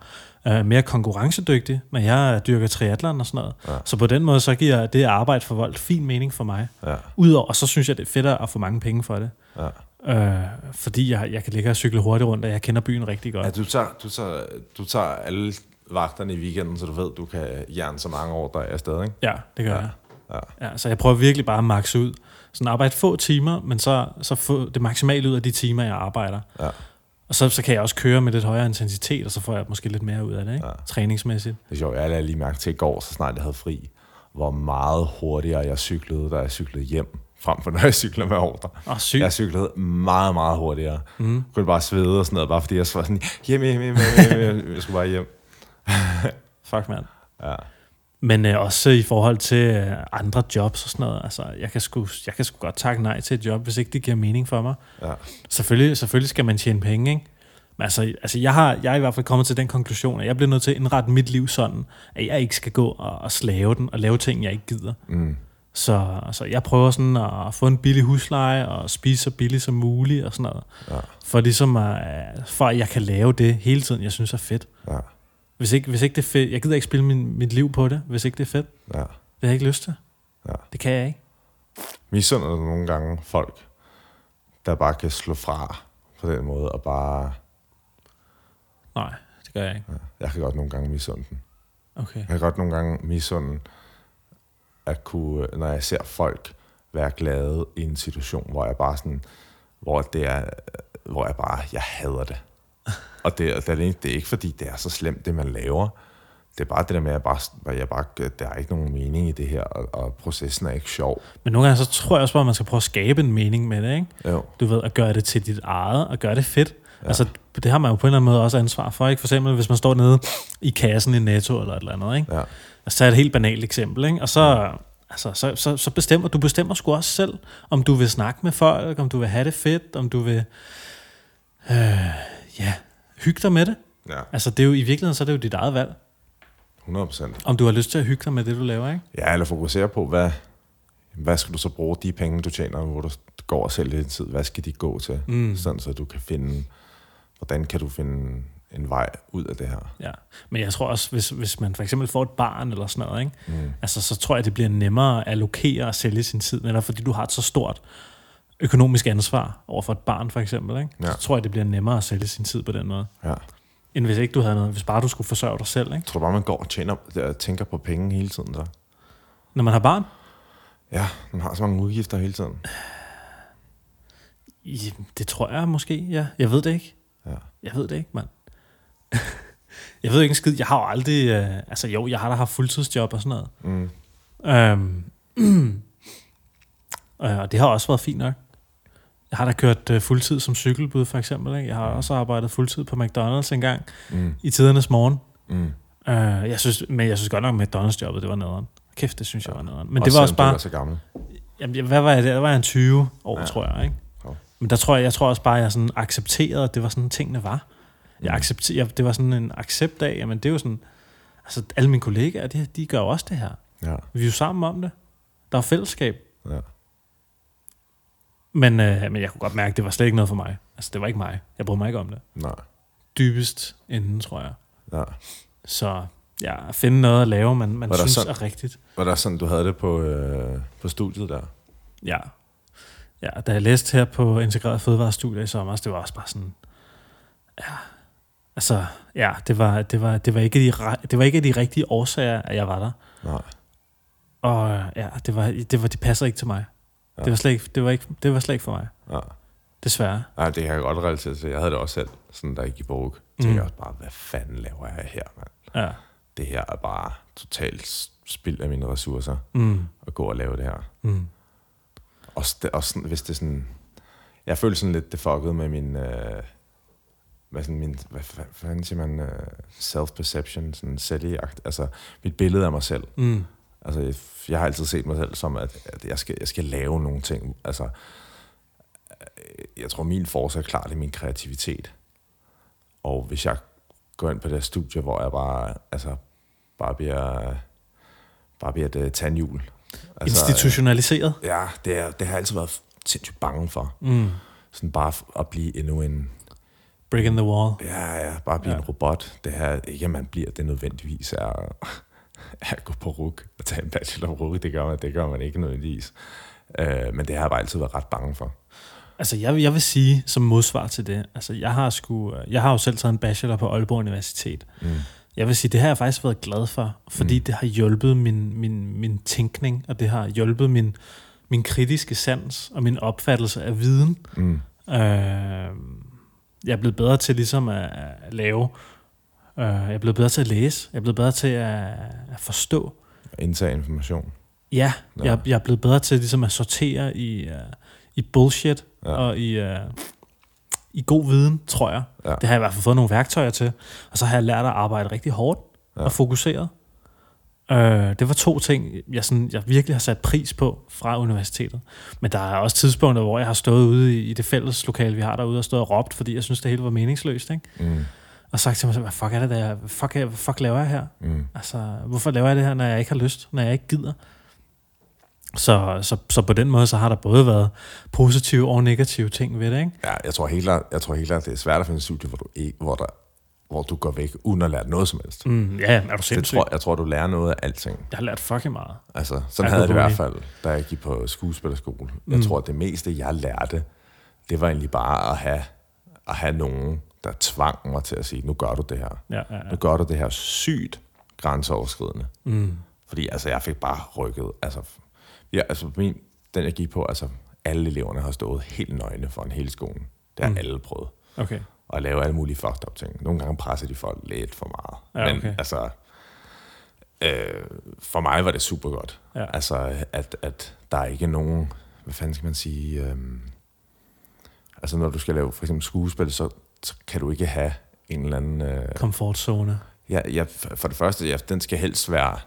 [SPEAKER 1] øh, mere konkurrencedygtig, men jeg dyrker triatlon og sådan noget.
[SPEAKER 2] Ja.
[SPEAKER 1] Så på den måde, så giver det arbejde for vold fin mening for mig.
[SPEAKER 2] Ja.
[SPEAKER 1] Udover, og så synes jeg, det er fedt at få mange penge for det.
[SPEAKER 2] Ja.
[SPEAKER 1] Øh, fordi jeg, jeg kan ligge og cykle hurtigt rundt, og jeg kender byen rigtig godt.
[SPEAKER 2] Ja, du, tager, du, tager, du tager alle vagterne i weekenden, så du ved, du kan jern så mange år, der er afsted, ikke?
[SPEAKER 1] Ja, det gør
[SPEAKER 2] Ja.
[SPEAKER 1] jeg.
[SPEAKER 2] Ja.
[SPEAKER 1] Ja, så jeg prøver virkelig bare at maxe ud. Sådan arbejde få timer, men så, så få det maksimale ud af de timer, jeg arbejder.
[SPEAKER 2] Ja.
[SPEAKER 1] Og så, så kan jeg også køre med lidt højere intensitet, og så får jeg måske lidt mere ud af det, ikke?
[SPEAKER 2] Ja.
[SPEAKER 1] træningsmæssigt.
[SPEAKER 2] Det er sjovt, jeg lagde lige mærke til i går, så snart jeg havde fri, hvor meget hurtigere jeg cyklede, da jeg cyklede hjem, frem for når jeg cykler med ordre.
[SPEAKER 1] Åh, sygt.
[SPEAKER 2] Jeg cyklede meget, meget hurtigere. Mm. Kunne bare svede og sådan noget, bare fordi jeg var sådan, hjem, hjem, hjem, hjem, hjem, hjem. jeg skulle bare hjem.
[SPEAKER 1] Fuck, mand.
[SPEAKER 2] Ja.
[SPEAKER 1] Men øh, også i forhold til øh, andre jobs og sådan noget. Altså, jeg kan, sgu, jeg kan sgu godt takke nej til et job, hvis ikke det giver mening for mig.
[SPEAKER 2] Ja.
[SPEAKER 1] Selvfølgelig, selvfølgelig skal man tjene penge, ikke? Men altså, altså jeg, har, jeg er i hvert fald kommet til den konklusion, at jeg bliver nødt til at indrette mit liv sådan, at jeg ikke skal gå og, og slave den og lave ting, jeg ikke gider.
[SPEAKER 2] Mm.
[SPEAKER 1] Så altså, jeg prøver sådan at få en billig husleje og spise så billigt som muligt og sådan noget.
[SPEAKER 2] Ja.
[SPEAKER 1] For ligesom at, for at jeg kan lave det hele tiden, jeg synes er fedt.
[SPEAKER 2] Ja.
[SPEAKER 1] Hvis ikke, hvis ikke det er fedt, jeg gider ikke spille min, mit liv på det, hvis ikke det er fedt.
[SPEAKER 2] Ja.
[SPEAKER 1] Det har jeg ikke lyst til.
[SPEAKER 2] Ja.
[SPEAKER 1] Det kan jeg ikke.
[SPEAKER 2] Misunder du nogle gange folk, der bare kan slå fra på den måde, og bare,
[SPEAKER 1] Nej, det gør jeg ikke.
[SPEAKER 2] jeg kan godt nogle gange misunde den.
[SPEAKER 1] Okay.
[SPEAKER 2] Jeg kan godt nogle gange misunde at kunne, når jeg ser folk være glade i en situation, hvor jeg bare sådan, hvor det er, hvor jeg bare, jeg hader det. Og det, er- det, er, ikke- det er ikke fordi, det er så slemt, det man laver. Det er bare det der med, at jeg bare, hvor jeg bare der er ikke nogen mening i det her, og, og processen er ikke sjov.
[SPEAKER 1] Men nogle gange så tror jeg også bare, at man skal prøve at skabe en mening med det, ikke?
[SPEAKER 2] Jo.
[SPEAKER 1] Du ved, at gøre det til dit eget, og gøre det fedt. Ja. Altså, det har man jo på en eller anden måde også ansvar for, ikke? For eksempel, hvis man står nede i kassen i Netto eller et eller andet, ikke?
[SPEAKER 2] Ja,
[SPEAKER 1] Altså, så er det et helt banalt eksempel, ikke? Og så, altså, så, så, så bestemmer du bestemmer sgu også selv, om du vil snakke med folk, om du vil have det fedt, om du vil øh, ja, hygge dig med det.
[SPEAKER 2] ja.
[SPEAKER 1] Altså, det er jo, i virkeligheden så er det jo dit eget valg,
[SPEAKER 2] 100 procent.
[SPEAKER 1] om du har lyst til at hygge dig med det, du laver, ikke?
[SPEAKER 2] Ja, eller fokusere på, hvad, hvad skal du så bruge de penge, du tjener, hvor du går og sælger din tid, hvad skal de gå til?
[SPEAKER 1] Mm.
[SPEAKER 2] sådan så du kan finde, hvordan kan du finde en vej ud af det her?
[SPEAKER 1] Ja. Men jeg tror også, hvis, hvis man for eksempel får et barn eller sådan noget, ikke?
[SPEAKER 2] Mm.
[SPEAKER 1] Altså, så tror jeg, det bliver nemmere at allokere og sælge sin tid, netop fordi du har et så stort økonomisk ansvar over for et barn, for eksempel. Ikke?
[SPEAKER 2] Ja.
[SPEAKER 1] Så tror jeg, det bliver nemmere at sælge sin tid på den måde,
[SPEAKER 2] Ja.
[SPEAKER 1] end hvis ikke du havde noget, hvis bare du skulle forsørge dig selv, ikke?
[SPEAKER 2] Tror du bare, man går og tjener, og tænker på penge hele tiden så?
[SPEAKER 1] Når man har barn?
[SPEAKER 2] Ja, man har så mange udgifter hele tiden.
[SPEAKER 1] Ja, Det tror jeg måske, ja. Jeg ved det ikke.
[SPEAKER 2] Ja.
[SPEAKER 1] Jeg ved det ikke, mand. jeg ved ikke en skid. Jeg har jo aldrig... Øh, altså jo, jeg har da haft fuldtidsjob og sådan noget.
[SPEAKER 2] Mm.
[SPEAKER 1] Øhm, øh, og det har også været fint nok. Jeg har da kørt øh, fuldtid som cykelbud, for eksempel. Ikke? Jeg har også arbejdet fuldtid på McDonald's engang
[SPEAKER 2] Mm.
[SPEAKER 1] i tidernes morgen.
[SPEAKER 2] Mm.
[SPEAKER 1] Øh, jeg synes, men jeg synes godt nok, at McDonald's-jobbet, det var nederen. Kæft, det synes jeg var nederen. Men
[SPEAKER 2] Også
[SPEAKER 1] det var
[SPEAKER 2] selvom
[SPEAKER 1] også
[SPEAKER 2] Du ikke
[SPEAKER 1] bare...
[SPEAKER 2] er så gammel.
[SPEAKER 1] Jamen, jeg- hvad var jeg der? Der var jeg en 20 år,
[SPEAKER 2] Ja.
[SPEAKER 1] ja. tror jeg, ikke?
[SPEAKER 2] Jo.
[SPEAKER 1] Men der tror jeg, jeg tror også bare, at jeg sådan accepterede, at det var sådan, tingene var. Jeg
[SPEAKER 2] Mm.
[SPEAKER 1] accepter, jeg, det var sådan en accept af, jamen det er jo sådan, altså alle mine kollegaer, de, de gør jo også det her.
[SPEAKER 2] Ja.
[SPEAKER 1] Vi er jo sammen om det. Der er fællesskab.
[SPEAKER 2] ja.
[SPEAKER 1] Men, øh, men jeg kunne godt mærke, at det var slet ikke noget for mig. Altså, det var ikke mig. Jeg brød mig ikke om det.
[SPEAKER 2] Nej.
[SPEAKER 1] Dybest inden, tror jeg.
[SPEAKER 2] Ja.
[SPEAKER 1] Så ja, at finde noget at lave, man, man
[SPEAKER 2] Var der
[SPEAKER 1] synes
[SPEAKER 2] sådan-
[SPEAKER 1] er rigtigt.
[SPEAKER 2] Var der sådan, du havde det på, øh, på studiet der?
[SPEAKER 1] Ja. ja, da jeg læste her på Integreret Fødevarestudier i sommer, det var også bare sådan, ja, altså, ja, det var, det var, det var, ikke, de, re- det var ikke af de rigtige årsager, at jeg var der.
[SPEAKER 2] Nej.
[SPEAKER 1] Og øh, ja, det var, det var, det passer ikke til mig.
[SPEAKER 2] Ja.
[SPEAKER 1] Ja. Det, var slet ikke, det, var ikke, det var slet ikke for mig,
[SPEAKER 2] Ja.
[SPEAKER 1] desværre.
[SPEAKER 2] Ej, det kan jeg godt relatere til. Jeg havde det også selv, sådan der gik i Borg. Så tænkte
[SPEAKER 1] Mm.
[SPEAKER 2] jeg også bare, hvad fanden laver jeg her, mand?
[SPEAKER 1] Ja.
[SPEAKER 2] Det her er bare totalt s- spild af mine ressourcer
[SPEAKER 1] Mm,
[SPEAKER 2] at gå og lave det her.
[SPEAKER 1] mm,
[SPEAKER 2] Også, det, også sådan, hvis det er sådan... Jeg følte sådan lidt det fuckede med min... Øh, hvad, sådan min, hvad, hvad fanden siger man? Øh, self-perception, sådan selvjagt. Altså, mit billede af mig selv.
[SPEAKER 1] mm,
[SPEAKER 2] Altså, jeg, jeg har altid set mig selv som, at, at jeg, skal, jeg skal lave nogle ting. Altså, øh, jeg tror, min force er klart i min kreativitet. Og hvis jeg går ind på det her studie, hvor jeg bare, altså, bare bliver, bare bliver et uh, tandhjul. Altså, øh,
[SPEAKER 1] Institutionaliseret.
[SPEAKER 2] Ja, det, er, det har jeg altid været sindssygt bange for.
[SPEAKER 1] Mm.
[SPEAKER 2] Sådan bare f- at blive endnu en...
[SPEAKER 1] Breaking the wall.
[SPEAKER 2] Ja, ja, bare blive ja.
[SPEAKER 1] Ja.
[SPEAKER 2] en robot. Det her, ikke at man bliver det nødvendigvis er er at gå på RUG og tage en bachelor på RUG. Det gør man, det gør man ikke nødvendigvis. Øh, men det har jeg bare altid været ret bange for.
[SPEAKER 1] Altså, jeg, vil- jeg vil sige, som modsvar til det, altså, jeg har, sku, jeg har jo selv taget en bachelor på Aalborg Universitet. Mm. Jeg vil sige, det har jeg faktisk været glad for, fordi mm. det har hjulpet min, min, min tænkning, og det har hjulpet min, min kritiske sans og min opfattelse af viden.
[SPEAKER 2] Mm.
[SPEAKER 1] Øh, jeg er blevet bedre til ligesom at, at lave, øh, jeg er blevet bedre til at læse, jeg er blevet bedre til at, at forstå.
[SPEAKER 2] At indtage information.
[SPEAKER 1] Ja,
[SPEAKER 2] Ja.
[SPEAKER 1] jeg, jeg er blevet bedre til ligesom at sortere i, uh, i bullshit
[SPEAKER 2] Ja.
[SPEAKER 1] ja. og i, uh, i god viden, tror jeg.
[SPEAKER 2] Ja.
[SPEAKER 1] Ja. Det har jeg i hvert fald fået nogle værktøjer til. Og så har jeg lært at arbejde rigtig hårdt
[SPEAKER 2] Ja.
[SPEAKER 1] ja. og fokuseret. Uh, det var to ting, jeg, sådan, jeg virkelig har sat pris på fra universitetet. Men der er også tidspunkter, hvor jeg har stået ude i, i det fælles lokale, vi har derude, og stået og råbt, fordi jeg synes, det hele var meningsløst. Ikke?
[SPEAKER 2] Mm.
[SPEAKER 1] Og sagt til mig selv, hvad fuck er det, der? jeg- Hvad fuck, er, hvad fuck laver jeg her?
[SPEAKER 2] Mm.
[SPEAKER 1] Altså, hvorfor laver jeg det her, når jeg ikke har lyst, når jeg ikke gider? Så, så, så på den måde, så har der både været positive og negative ting ved det, ikke?
[SPEAKER 2] Ja, jeg tror helt klart, jeg tror helt klart, det er svært at finde et studie, hvor du, ikke, hvor, der, hvor du går væk uden at lære noget som helst.
[SPEAKER 1] Mm, ja, er du
[SPEAKER 2] Det
[SPEAKER 1] sindssyg?
[SPEAKER 2] tror, jeg tror, du lærer noget af alting.
[SPEAKER 1] Jeg har lært fucking meget.
[SPEAKER 2] Altså, sådan
[SPEAKER 1] Jeg
[SPEAKER 2] havde jeg det i
[SPEAKER 1] kunne
[SPEAKER 2] hvert fald, da jeg gik på skuespillerskole.
[SPEAKER 1] Mm.
[SPEAKER 2] Jeg tror, at det meste, jeg lærte, det var egentlig bare at have, at have nogen, der tvang mig til at sige, nu gør du det her.
[SPEAKER 1] Ja, ja, ja.
[SPEAKER 2] Nu gør du det her sygt grænseoverskridende.
[SPEAKER 1] Mm,
[SPEAKER 2] Fordi altså, jeg fik bare rykket. Altså, ja, altså min, den, jeg gik på, altså, alle eleverne har stået helt nøgne foran hele skolen. Det har mm.
[SPEAKER 1] Mm.
[SPEAKER 2] alle prøvet.
[SPEAKER 1] okay.
[SPEAKER 2] Og lave alle mulige fucked up ting. Nogle gange presser de folk lidt for meget.
[SPEAKER 1] Ja,
[SPEAKER 2] Men
[SPEAKER 1] okay.
[SPEAKER 2] altså, øh, for mig var det super godt.
[SPEAKER 1] Ja.
[SPEAKER 2] Altså, at, at der er ikke nogen, hvad fanden skal man sige, øh, altså når du skal lave for eksempel skuespil, så, så kan du ikke have en eller anden... Øh,
[SPEAKER 1] Komfortzone.
[SPEAKER 2] Ja, ja, f- for det første, ja, den skal helst være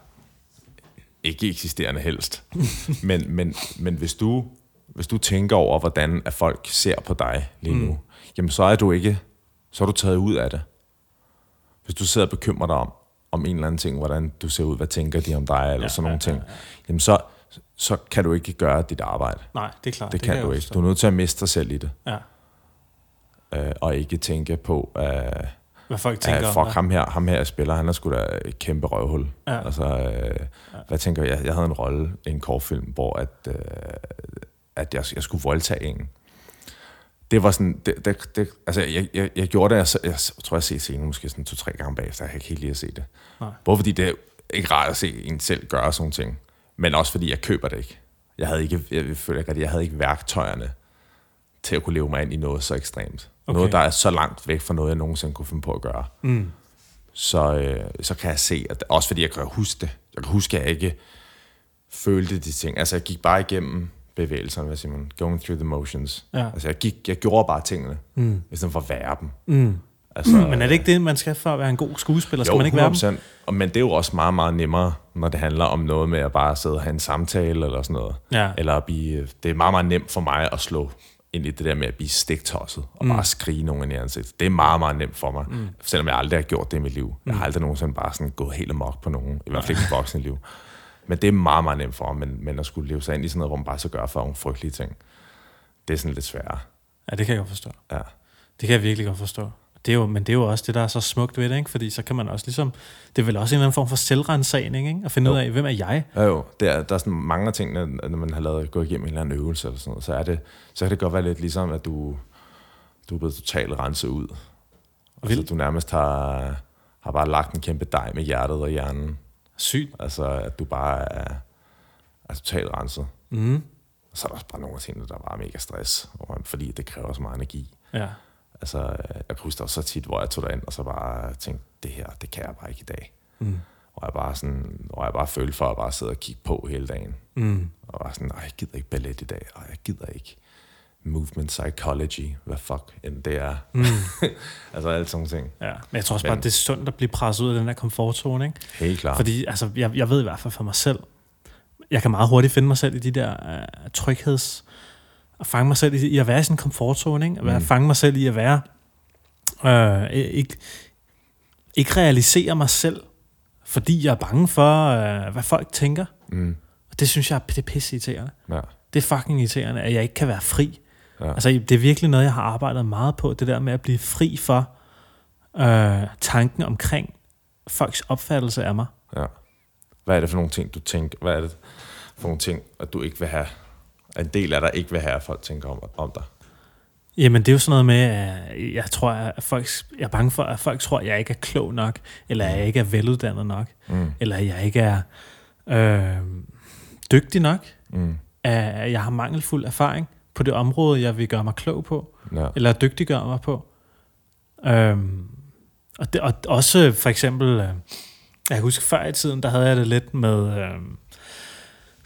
[SPEAKER 2] ikke eksisterende helst. men, men, men hvis du hvis du tænker over, hvordan at folk ser på dig lige nu, mm. jamen så er du ikke, så er du taget ud af det. Hvis du sidder og bekymrer dig om, om en eller anden ting, hvordan du ser ud, hvad tænker de om dig, eller ja,
[SPEAKER 1] Ja,
[SPEAKER 2] sådan
[SPEAKER 1] ja,
[SPEAKER 2] nogle
[SPEAKER 1] ja,
[SPEAKER 2] ting, jamen så, så kan du ikke gøre dit arbejde. Det,
[SPEAKER 1] Nej, det er klart.
[SPEAKER 2] det kan,
[SPEAKER 1] jeg
[SPEAKER 2] kan du
[SPEAKER 1] godt
[SPEAKER 2] ikke.
[SPEAKER 1] forstå.
[SPEAKER 2] Du er nødt til at miste dig selv i det,
[SPEAKER 1] Ja,
[SPEAKER 2] øh, og ikke tænke på, øh,
[SPEAKER 1] hvad folk tænker.
[SPEAKER 2] tænker, ja, fuck
[SPEAKER 1] ja.
[SPEAKER 2] ham her, ham her jeg spiller, han er sgu da et kæmpe røvhul. Ja.
[SPEAKER 1] Ja.
[SPEAKER 2] Altså, øh, hvad tænker jeg? Jeg havde en rolle i en kortfilm, hvor at, øh, at jeg, jeg skulle voldtage en. Det var sådan, det, det, det, altså jeg, jeg, jeg gjorde det, jeg, så- jeg tror jeg har set scenen måske sådan to-tre gange bagefter, jeg kan ikke helt lide at se det.
[SPEAKER 1] Nej.
[SPEAKER 2] Både fordi det er ikke rart at se en selv gøre sådan nogle ting, men også fordi jeg køber det ikke. Jeg havde ikke, jeg føler ikke, at jeg havde ikke værktøjerne til at kunne leve mig ind i noget så ekstremt. Okay.
[SPEAKER 1] Okay.
[SPEAKER 2] Noget, der er så langt væk fra noget, jeg nogensinde kunne finde på at gøre
[SPEAKER 1] Mm,
[SPEAKER 2] så, øh, så kan jeg se, at, også fordi jeg kan huske det, jeg kan huske, at jeg ikke følte de ting. Altså, jeg gik bare igennem bevægelserne, hvad siger man, going through the motions.
[SPEAKER 1] Ja.
[SPEAKER 2] Altså jeg, gik, jeg gjorde bare tingene,
[SPEAKER 1] Mm.
[SPEAKER 2] i stedet for at være dem.
[SPEAKER 1] Mm.
[SPEAKER 2] Altså,
[SPEAKER 1] Men er det ikke det, man skal for at være en god skuespiller? Skal
[SPEAKER 2] jo,
[SPEAKER 1] man ikke være dem?
[SPEAKER 2] 100%. Og- Men det er jo også meget, meget nemmere, når det handler om noget med at bare sidde og have en samtale eller sådan noget.
[SPEAKER 1] Ja.
[SPEAKER 2] Eller at blive, det er meget, meget nemt for mig at slå ind i det der med at blive stiktosset og mm. bare skrige nogen i ansigtet. Det er meget, meget nemt for mig, mm. selvom jeg aldrig har gjort det i mit liv. Jeg
[SPEAKER 1] Mm.
[SPEAKER 2] har aldrig nogensinde bare sådan gået helt amok på nogen, i hvert fald ikke i voksne liv. Men det er meget, meget nemt for mig, men, men at skulle leve sig ind i sådan noget, hvor man bare så gør for nogle frygtelige ting, det er sådan lidt sværere.
[SPEAKER 1] Ja, det kan jeg godt forstå.
[SPEAKER 2] Ja.
[SPEAKER 1] Det kan jeg virkelig godt forstå. Det er jo, men det er jo også det, der er så smukt ved det, ikke? fordi så kan man også ligesom, det er vel også en eller anden form for selvrensagning, ikke? at finde ud af, hvem er jeg?
[SPEAKER 2] Ja, jo, der, der er sådan mange af tingene, når man har lavet, gået igennem en eller anden øvelse eller sådan noget, så, er det, så kan det godt være lidt ligesom, at du, du er blevet totalt renset ud. Altså,
[SPEAKER 1] Vildt.
[SPEAKER 2] du nærmest har, har bare lagt en kæmpe dej med hjertet og hjernen.
[SPEAKER 1] Sygt.
[SPEAKER 2] Altså, at du bare er, er totalt renset.
[SPEAKER 1] Mm.
[SPEAKER 2] Og så er der også bare nogle af tingene, der er bare mega stress, over, fordi det kræver så meget energi.
[SPEAKER 1] Ja.
[SPEAKER 2] Altså, jeg kan huske, der var så tit, hvor jeg tog derind, og så bare tænkte, det her, det kan jeg bare ikke i dag.
[SPEAKER 1] Mm.
[SPEAKER 2] Og jeg bare, sådan, og jeg bare følte for at bare sidde og kigge på hele dagen.
[SPEAKER 1] Mm.
[SPEAKER 2] Og var sådan, nej, jeg gider ikke ballet i dag, og jeg gider ikke movement psychology, hvad fuck end det er. Mm. altså alle sådan nogle ting.
[SPEAKER 1] Ja. Men jeg tror også bare,
[SPEAKER 2] Men-
[SPEAKER 1] det er sundt at blive presset ud af den der komfortzone. Ikke?
[SPEAKER 2] Helt klart.
[SPEAKER 1] Fordi altså, jeg, jeg ved i hvert fald for mig selv, jeg kan meget hurtigt finde mig selv i de der øh, trygheds, og fange mig selv i, i at være i sådan en komfortzone, ikke? at være,
[SPEAKER 2] Mm.
[SPEAKER 1] fange mig selv i at være, øh, ikke, ikke realisere mig selv, fordi jeg er bange for, øh, hvad folk tænker.
[SPEAKER 2] Mm.
[SPEAKER 1] Og det synes jeg er, det er pisse irriterende.
[SPEAKER 2] Ja.
[SPEAKER 1] Det er fucking irriterende, at jeg ikke kan være fri.
[SPEAKER 2] Ja.
[SPEAKER 1] Altså, det er virkelig noget, jeg har arbejdet meget på, det der med at blive fri for øh, tanken omkring folks opfattelse af mig.
[SPEAKER 2] ja. Hvad er det for nogle ting, du tænker? Hvad er det for nogle ting, at du ikke vil have? En del af dig ikke vil have, at folk tænker om, om dig.
[SPEAKER 1] Jamen, det er jo sådan noget med, at jeg tror, at folk, jeg er bange for, at folk tror, at jeg ikke er klog nok, eller at jeg ikke er veluddannet nok,
[SPEAKER 2] Mm.
[SPEAKER 1] eller at jeg ikke er øh, dygtig nok,
[SPEAKER 2] Mm.
[SPEAKER 1] at jeg har mangelfuld erfaring på det område, jeg vil gøre mig klog på,
[SPEAKER 2] Ja.
[SPEAKER 1] eller dygtiggøre mig på. Øhm, og, det, og også for eksempel, øh, jeg kan huske før i tiden, der havde jeg det lidt med, øh,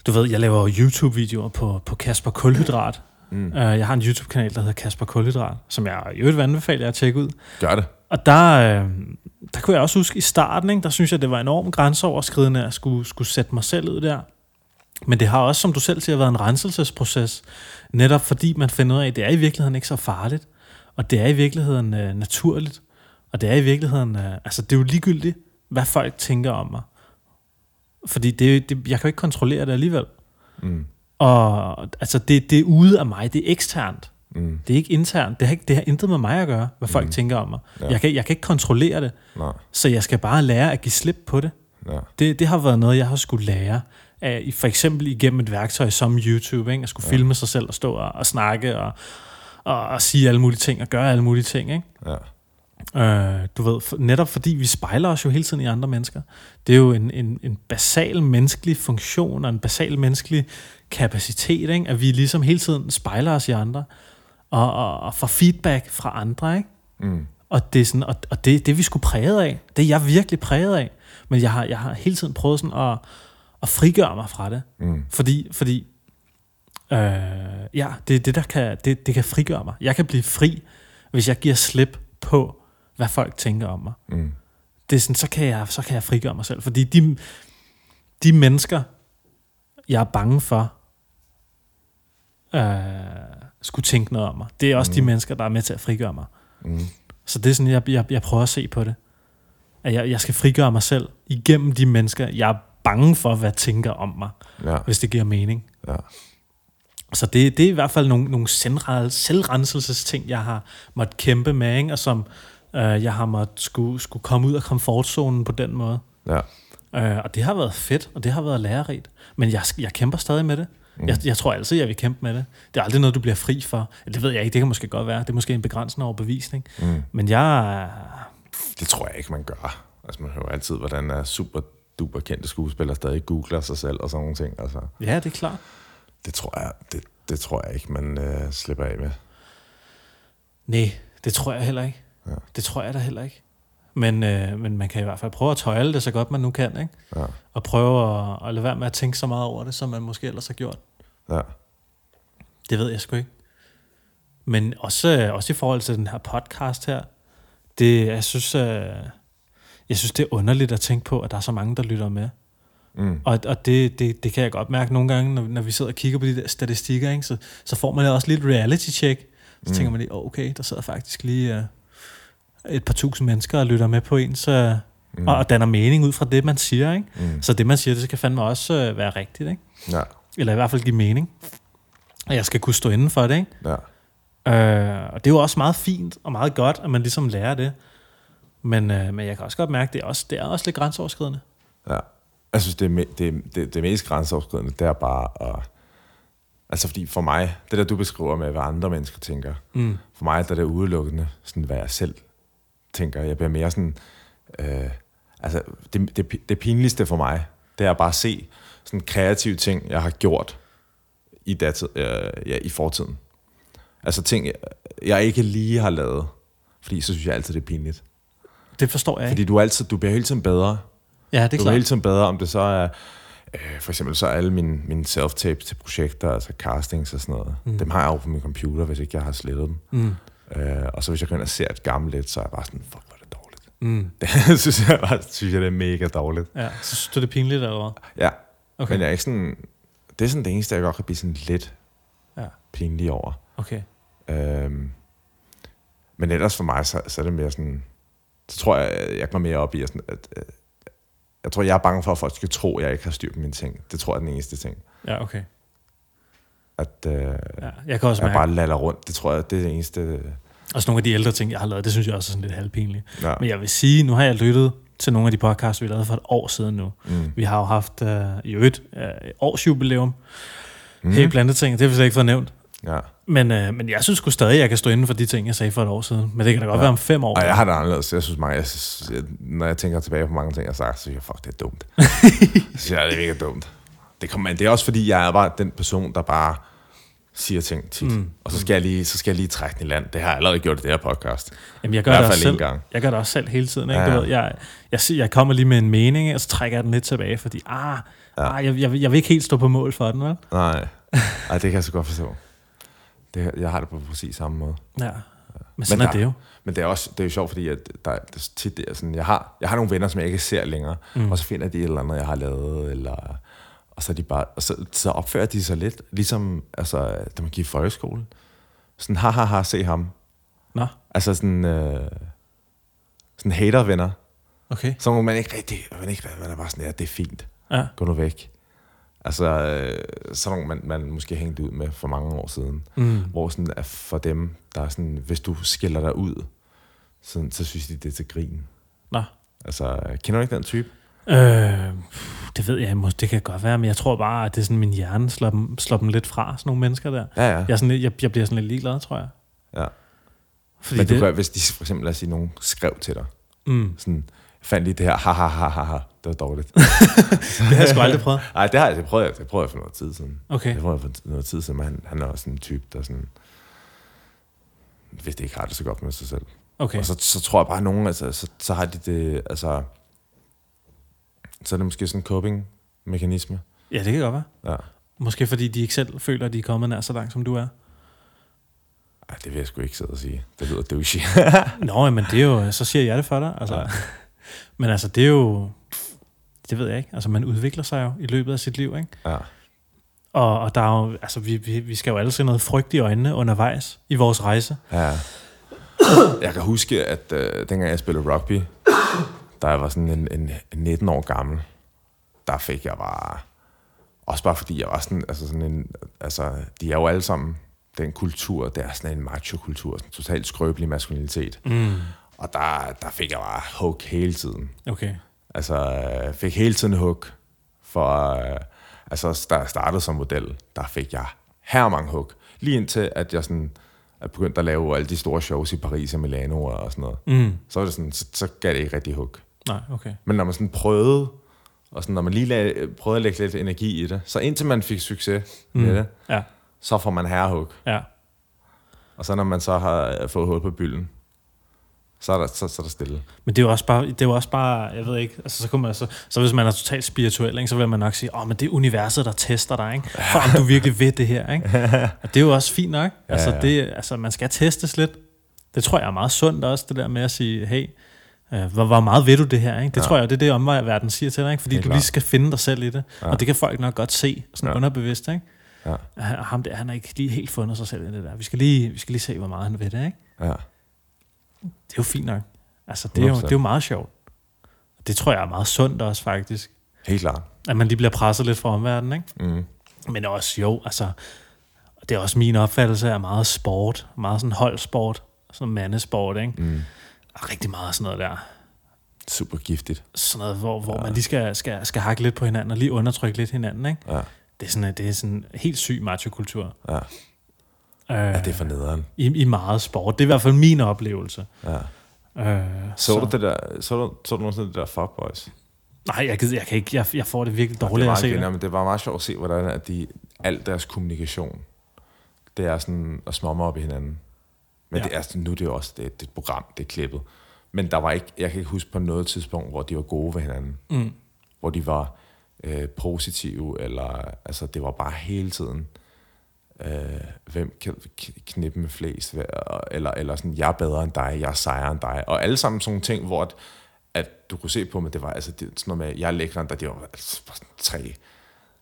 [SPEAKER 1] du ved, jeg laver jo YouTube-videoer på, på Kasper Kulhydrat,
[SPEAKER 2] Mm.
[SPEAKER 1] Øh, jeg har en YouTube-kanal, der hedder Kasper Kulhydrat, som jeg i øvrigt vil anbefale jer at tjekke ud.
[SPEAKER 2] Gør det.
[SPEAKER 1] Og der, øh, der kunne jeg også huske i starten, ikke, der synes jeg, det var enormt grænseoverskridende at skulle, skulle sætte mig selv ud der. Men det har også, som du selv siger, været en renselsesproces. Netop fordi man finder ud af, at det er i virkeligheden ikke så farligt. Og det er i virkeligheden øh, naturligt. Og det er i virkeligheden... Øh, altså, det er jo ligegyldigt, hvad folk tænker om mig. Fordi det, det, jeg kan jo ikke kontrollere det alligevel.
[SPEAKER 2] Mm.
[SPEAKER 1] Og altså, det, det er ude af mig. Det er eksternt.
[SPEAKER 2] Mm.
[SPEAKER 1] Det er ikke internt. Det har, ikke, det har intet med mig at gøre, hvad folk mm. tænker om mig.
[SPEAKER 2] Ja.
[SPEAKER 1] Ja. Jeg, kan, jeg kan ikke kontrollere det,
[SPEAKER 2] Nej.
[SPEAKER 1] så jeg skal bare lære at give slip på det.
[SPEAKER 2] Ja.
[SPEAKER 1] Det, det har været noget, jeg har skulle lære. Af, i- for eksempel igennem et værktøj som YouTube. Ikke? At skulle ja. filme sig selv og stå og, og snakke og, og, og sige alle mulige ting og gøre alle mulige ting. Ikke?
[SPEAKER 2] Ja.
[SPEAKER 1] Øh, du ved, for, netop fordi vi spejler os jo hele tiden i andre mennesker. Det er jo en, en, en basal menneskelig funktion og en basal menneskelig kapacitet, ikke? at vi ligesom hele tiden spejler os i andre og, og, og får feedback fra andre. Ikke?
[SPEAKER 2] Mm.
[SPEAKER 1] Og det er sådan, og, og det, det er vi skulle præget af. Det er jeg virkelig præget af. Men jeg har, jeg har hele tiden prøvet sådan at, at frigøre mig fra det.
[SPEAKER 2] Mm.
[SPEAKER 1] Fordi, fordi øh, ja, det er det, der kan, det, det kan frigøre mig. Jeg kan blive fri, hvis jeg giver slip på, hvad folk tænker om mig.
[SPEAKER 2] Mm.
[SPEAKER 1] Det er sådan, så kan jeg, så kan jeg frigøre mig selv. Fordi de, de mennesker, jeg er bange for, øh, skulle tænke noget om mig, det er også mm. de mennesker, der er med til at frigøre mig.
[SPEAKER 2] Mm.
[SPEAKER 1] Så det er sådan, jeg, jeg, jeg prøver at se på det. At jeg, jeg skal frigøre mig selv igennem de mennesker, jeg er bange for, hvad tænker om mig,
[SPEAKER 2] Ja.
[SPEAKER 1] hvis det giver mening.
[SPEAKER 2] Ja.
[SPEAKER 1] Så det, det er i hvert fald nogle, nogle selvre- selvrenselsesting, jeg har måttet kæmpe med, ikke? og som øh, jeg har måttet skulle, skulle komme ud af komfortzonen på den måde.
[SPEAKER 2] Ja.
[SPEAKER 1] Øh, og det har været fedt, og det har været lærerigt. Men jeg, jeg kæmper stadig med det. Mm. Jeg, jeg tror altid, jeg vil kæmpe med det. Det er aldrig noget, du bliver fri for. Eller Det ved jeg ikke, det kan måske godt være. Det er måske en begrænsende overbevisning.
[SPEAKER 2] Mm.
[SPEAKER 1] Men jeg...
[SPEAKER 2] Det tror jeg ikke, man gør. Altså, man hører altid, hvordan er super duper kendte skuespillere stadig googler sig selv og sådan nogle ting. Altså,
[SPEAKER 1] Ja, det er klart.
[SPEAKER 2] det tror jeg, det, det tror jeg ikke, man øh, slipper af med.
[SPEAKER 1] Nej, det tror jeg heller ikke.
[SPEAKER 2] Ja.
[SPEAKER 1] Ja. Det tror jeg da heller ikke. Men, øh, men man kan i hvert fald prøve at tøjle det så godt, man nu kan, ikke?
[SPEAKER 2] Ja,
[SPEAKER 1] Og prøve at, at lade være med at tænke så meget over det, som man måske ellers har gjort.
[SPEAKER 2] ja.
[SPEAKER 1] Det ved jeg sgu ikke. Men også, øh, også i forhold til den her podcast her, det, jeg synes, øh, jeg synes, det er underligt at tænke på, at der er så mange, der lytter med. Mm. Og, og det, det, det kan jeg godt mærke nogle gange, når, når vi sidder og kigger på de der statistikker, ikke? Så, så får man da også lidt reality-check. Så mm. tænker man lige, oh, okay, der sidder faktisk lige øh, et par tusind mennesker og lytter med på en, så, mm. og, og danner mening ud fra det, man siger. Ikke? Mm. Så det, man siger, det skal fandme også øh, være rigtigt. Ikke?
[SPEAKER 2] Ja.
[SPEAKER 1] Eller i hvert fald give mening. Og jeg skal kunne stå inden for det. Ikke?
[SPEAKER 2] Ja.
[SPEAKER 1] Øh, og det er jo også meget fint og meget godt, at man ligesom lærer det. Men, øh, men jeg kan også godt mærke, at det er også, det er også lidt grænseoverskridende.
[SPEAKER 2] ja. Jeg synes, det, er me- det, det, det mest grænseoverskridende, det er bare at... Altså fordi for mig, det der du beskriver med, hvad andre mennesker tænker, mm. for mig der er det udelukkende, sådan, hvad jeg selv tænker. Jeg bliver mere sådan... Øh, altså det, det, det pinligste for mig, det er bare at se sådan kreative ting, jeg har gjort i, datid, øh, ja, i fortiden. Altså ting, jeg, jeg ikke lige har lavet, fordi så synes jeg altid, det er pinligt.
[SPEAKER 1] Det forstår jeg ikke.
[SPEAKER 2] Fordi du, er altid, du bliver hele tiden bedre,
[SPEAKER 1] ja, det er
[SPEAKER 2] det er du er
[SPEAKER 1] klart.
[SPEAKER 2] hele tiden bedre, om det så er... Øh, for eksempel så er alle mine, mine self-tapes til projekter, altså castings og sådan noget, mm. dem har jeg jo på min computer, hvis ikke jeg har slettet dem. Mm. Øh, og så hvis jeg går ind og ser et gammelt et, så er jeg bare sådan, fuck, hvor er det dårligt. Mm. Det synes jeg bare, synes jeg, det er mega dårligt.
[SPEAKER 1] Ja, så synes du, det er pinligt eller hvad?
[SPEAKER 2] Ja,
[SPEAKER 1] Okay.
[SPEAKER 2] okay. men jeg er ikke sådan... Det er sådan det eneste, jeg godt kan blive sådan lidt
[SPEAKER 1] Ja.
[SPEAKER 2] pinlig over.
[SPEAKER 1] Okay.
[SPEAKER 2] Øhm, men ellers for mig, så, så er det mere sådan... Så tror jeg, jeg går mere op i, at, sådan, at, at jeg tror, jeg er bange for, at folk skal tro, at jeg ikke har styr på mine ting. Det tror jeg er den eneste ting.
[SPEAKER 1] Ja, okay.
[SPEAKER 2] At øh, jeg
[SPEAKER 1] Ja, jeg kan også mærke,
[SPEAKER 2] bare lader rundt. Det tror jeg, det er det eneste...
[SPEAKER 1] også nogle af de ældre ting, jeg har lavet, det synes jeg også er sådan lidt halvpinligt.
[SPEAKER 2] Ja.
[SPEAKER 1] Men jeg vil sige, nu har jeg lyttet til nogle af de podcasts, vi lavede for et år siden nu.
[SPEAKER 2] Mm.
[SPEAKER 1] Vi har jo haft øh, i øvrigt øh, årsjubilæum. Mm. Helt blandet ting, det har vi slet ikke fået nævnt.
[SPEAKER 2] Ja.
[SPEAKER 1] Men, øh, men jeg synes sgu stadig, jeg kan stå inden for de ting, jeg sagde for et år siden. Men det kan da godt ja. være om fem år.
[SPEAKER 2] Og jeg har det anderledes. Jeg synes mange, jeg synes, jeg, når jeg tænker tilbage på mange ting, jeg har sagt, så synes jeg, fuck, det er dumt. så synes jeg, det er mega dumt. Det, kommer, men det er også fordi, jeg er bare den person, der bare siger ting tit. Mm. Og så skal, jeg lige, så skal jeg lige trække den i land. Det har jeg allerede gjort i det her podcast.
[SPEAKER 1] Jamen, jeg gør,
[SPEAKER 2] I hvert
[SPEAKER 1] det også
[SPEAKER 2] fald
[SPEAKER 1] selv.
[SPEAKER 2] en gang.
[SPEAKER 1] jeg gør det også selv hele tiden. Ikke? Ja.
[SPEAKER 2] Ja, ja.
[SPEAKER 1] Du ved, jeg, jeg, siger- jeg kommer lige med en mening, og så trækker jeg den lidt tilbage, fordi ah, ja. ah, jeg, jeg, jeg vil ikke helt stå på mål for den. Vel?
[SPEAKER 2] Nej, Ej, det kan jeg så godt forstå. Det, jeg har det på præcis samme måde.
[SPEAKER 1] Ja. Men sådan men er
[SPEAKER 2] der-
[SPEAKER 1] det jo.
[SPEAKER 2] Men det er også det er jo sjovt, fordi at der, det er tit, det er sådan, jeg, har, jeg har nogle venner, som jeg ikke ser længere, mm. og så finder de et eller andet, jeg har lavet, eller, og, så, er de bare, og så, så opfører de sig lidt, ligesom altså, da man gik i folkeskole. Sådan, ha, ha, ha, se ham.
[SPEAKER 1] Nå,
[SPEAKER 2] Altså sådan, øh, sådan hatervenner.
[SPEAKER 1] okay.
[SPEAKER 2] Så må man ikke rigtig, man, ikke, man er bare sådan, ja, det er fint.
[SPEAKER 1] Ja.
[SPEAKER 2] Gå nu væk. Altså, øh, sådan nogle, man, man måske hængte ud med for mange år siden. Mm. Hvor sådan, at for dem, der er sådan, hvis du skiller dig ud, sådan, så synes de, det er til grin.
[SPEAKER 1] Nå.
[SPEAKER 2] Altså, kender du ikke den type?
[SPEAKER 1] Øh, det ved jeg, måske, det kan godt være, men jeg tror bare, at det er sådan, min hjerne slår dem, slår dem lidt fra, sådan nogle mennesker der.
[SPEAKER 2] Ja, ja.
[SPEAKER 1] Jeg, er sådan lidt, jeg, jeg bliver sådan lidt ligeglad, tror jeg.
[SPEAKER 2] ja.
[SPEAKER 1] Fordi
[SPEAKER 2] Men
[SPEAKER 1] det,
[SPEAKER 2] du kan, hvis de for eksempel, lad os sige, nogen skrev til dig, mm. sådan, jeg fandt lige det her, ha, ha, ha, ha, ha, det var dårligt.
[SPEAKER 1] det har jeg sgu aldrig prøvet.
[SPEAKER 2] Nej, det har jeg, det prøvede jeg, det prøvede jeg for noget tid siden.
[SPEAKER 1] Okay.
[SPEAKER 2] Det prøvede jeg for noget tid siden, men han, han er også sådan en type, der sådan, hvis det ikke har det så godt med sig selv.
[SPEAKER 1] Okay.
[SPEAKER 2] Og så, så tror jeg bare, at nogen, altså, så, så har de det, altså, så er det måske sådan en coping-mekanisme.
[SPEAKER 1] Ja, det kan godt være.
[SPEAKER 2] Ja.
[SPEAKER 1] Måske fordi de ikke selv føler, at de er kommet nær så langt, som du er.
[SPEAKER 2] Ej, det vil jeg sgu ikke sidde og sige. Det lyder douchey.
[SPEAKER 1] Nå, men det er jo, så siger jeg det for dig. Altså. Ja. Men altså, det er jo, det ved jeg ikke. Altså, man udvikler sig jo i løbet af sit liv, ikke?
[SPEAKER 2] ja.
[SPEAKER 1] Og, og der er jo, altså, vi, vi, vi skal jo alle se noget frygt i øjnene undervejs i vores rejse.
[SPEAKER 2] Ja. Jeg kan huske, at øh, dengang jeg spillede rugby, da jeg var sådan en, en 19 år gammel, der fik jeg bare... Også bare fordi jeg var sådan, altså sådan en... Altså, de er jo alle sammen den kultur, der er sådan en macho-kultur, sådan en totalt skrøbelig maskulinitet. Mm. Og der, der fik jeg bare hug hele tiden.
[SPEAKER 1] Okay.
[SPEAKER 2] Altså, øh, fik hele tiden hug for... Øh, altså, da jeg startede som model, der fik jeg her mange hug. Lige indtil, at jeg sådan er begyndt at lave alle de store shows i Paris og Milano og, og sådan noget. Mm. Så var det sådan, så, så gav det ikke rigtig hug.
[SPEAKER 1] Nej, okay.
[SPEAKER 2] Men når man sådan prøvede, og sådan, når man lige lag, prøvede at lægge lidt energi i det, så indtil man fik succes mm. med det,
[SPEAKER 1] Ja,
[SPEAKER 2] så får man herrehug.
[SPEAKER 1] ja.
[SPEAKER 2] Og så når man så har øh, fået hul på bylden, så er der, så, så er der stille.
[SPEAKER 1] Men det er jo også bare, det er jo også bare jeg ved ikke, altså, så, kunne man, så, så hvis man er totalt spirituel, ikke, så vil man nok sige, åh, oh, men det er universet, der tester dig, ikke? for om du virkelig ved det her. Ikke? Og det er jo også fint nok. Altså,
[SPEAKER 2] ja.
[SPEAKER 1] Det, altså, man skal testes lidt. Det tror jeg er meget sundt også, det der med at sige, hey, øh, hvor, hvor meget ved du det her? Ikke? Det ja. tror jeg, det er det omvej, verden siger til dig, ikke? fordi
[SPEAKER 2] Helt
[SPEAKER 1] du lige
[SPEAKER 2] klart.
[SPEAKER 1] skal finde dig selv i det. Ja. Og det kan folk nok godt se, sådan ja.
[SPEAKER 2] Ja.
[SPEAKER 1] underbevidst. Ikke?
[SPEAKER 2] Ja.
[SPEAKER 1] Og han- og ham der, han har ikke lige helt fundet sig selv i det der. Vi skal lige, vi skal lige se, hvor meget han ved det, ikke?
[SPEAKER 2] Ja.
[SPEAKER 1] Det er jo fint nok. Altså, det er jo,
[SPEAKER 2] 100%.
[SPEAKER 1] det er jo meget sjovt. Det tror jeg er meget sundt også, faktisk.
[SPEAKER 2] Helt klart.
[SPEAKER 1] At man lige bliver presset lidt fra omverdenen, ikke?
[SPEAKER 2] Mm.
[SPEAKER 1] Men også jo, altså, og det er også min opfattelse af meget sport, meget sådan holdsport, sådan mandesport, ikke?
[SPEAKER 2] Mm.
[SPEAKER 1] Og rigtig meget af sådan noget der.
[SPEAKER 2] Super giftigt.
[SPEAKER 1] Sådan noget, hvor, hvor man lige skal, skal, skal hakke lidt på hinanden og lige undertrykke lidt hinanden, ikke?
[SPEAKER 2] Ja.
[SPEAKER 1] Det er sådan, øh, det er sådan en helt syg machokultur.
[SPEAKER 2] Ja.
[SPEAKER 1] Øh,
[SPEAKER 2] ja, det er for nederen.
[SPEAKER 1] i, I meget sport. Det er i hvert fald min oplevelse.
[SPEAKER 2] Ja.
[SPEAKER 1] Øh,
[SPEAKER 2] Så, så. du det der, så, du, så du nogensinde det der Fuckboys?
[SPEAKER 1] Nej, jeg, gider, jeg kan ikke. Jeg, jeg får det virkelig
[SPEAKER 2] det
[SPEAKER 1] dårligt
[SPEAKER 2] er
[SPEAKER 1] at
[SPEAKER 2] meget
[SPEAKER 1] se
[SPEAKER 2] griner,
[SPEAKER 1] det.
[SPEAKER 2] men det var meget sjovt at se, hvordan at de, al deres kommunikation, det er sådan at småmme op i hinanden.
[SPEAKER 1] Ja.
[SPEAKER 2] Men ja. det er, sådan- nu er det jo også det, det er et program, det er klippet. Men der var ikke, jeg kan ikke huske på noget tidspunkt, hvor de var gode ved hinanden. Mm. Hvor de var øh, positive, eller altså det var bare hele tiden, øh, hvem kan k- knippe med flest, hver- eller, eller sådan, jeg er bedre end dig, jeg er sejere end dig. Og alle sammen sådan nogle ting, hvor at, at du kunne se på, men det var altså det, sådan noget med, jeg er lækre end dig, det var altså, bare sådan tre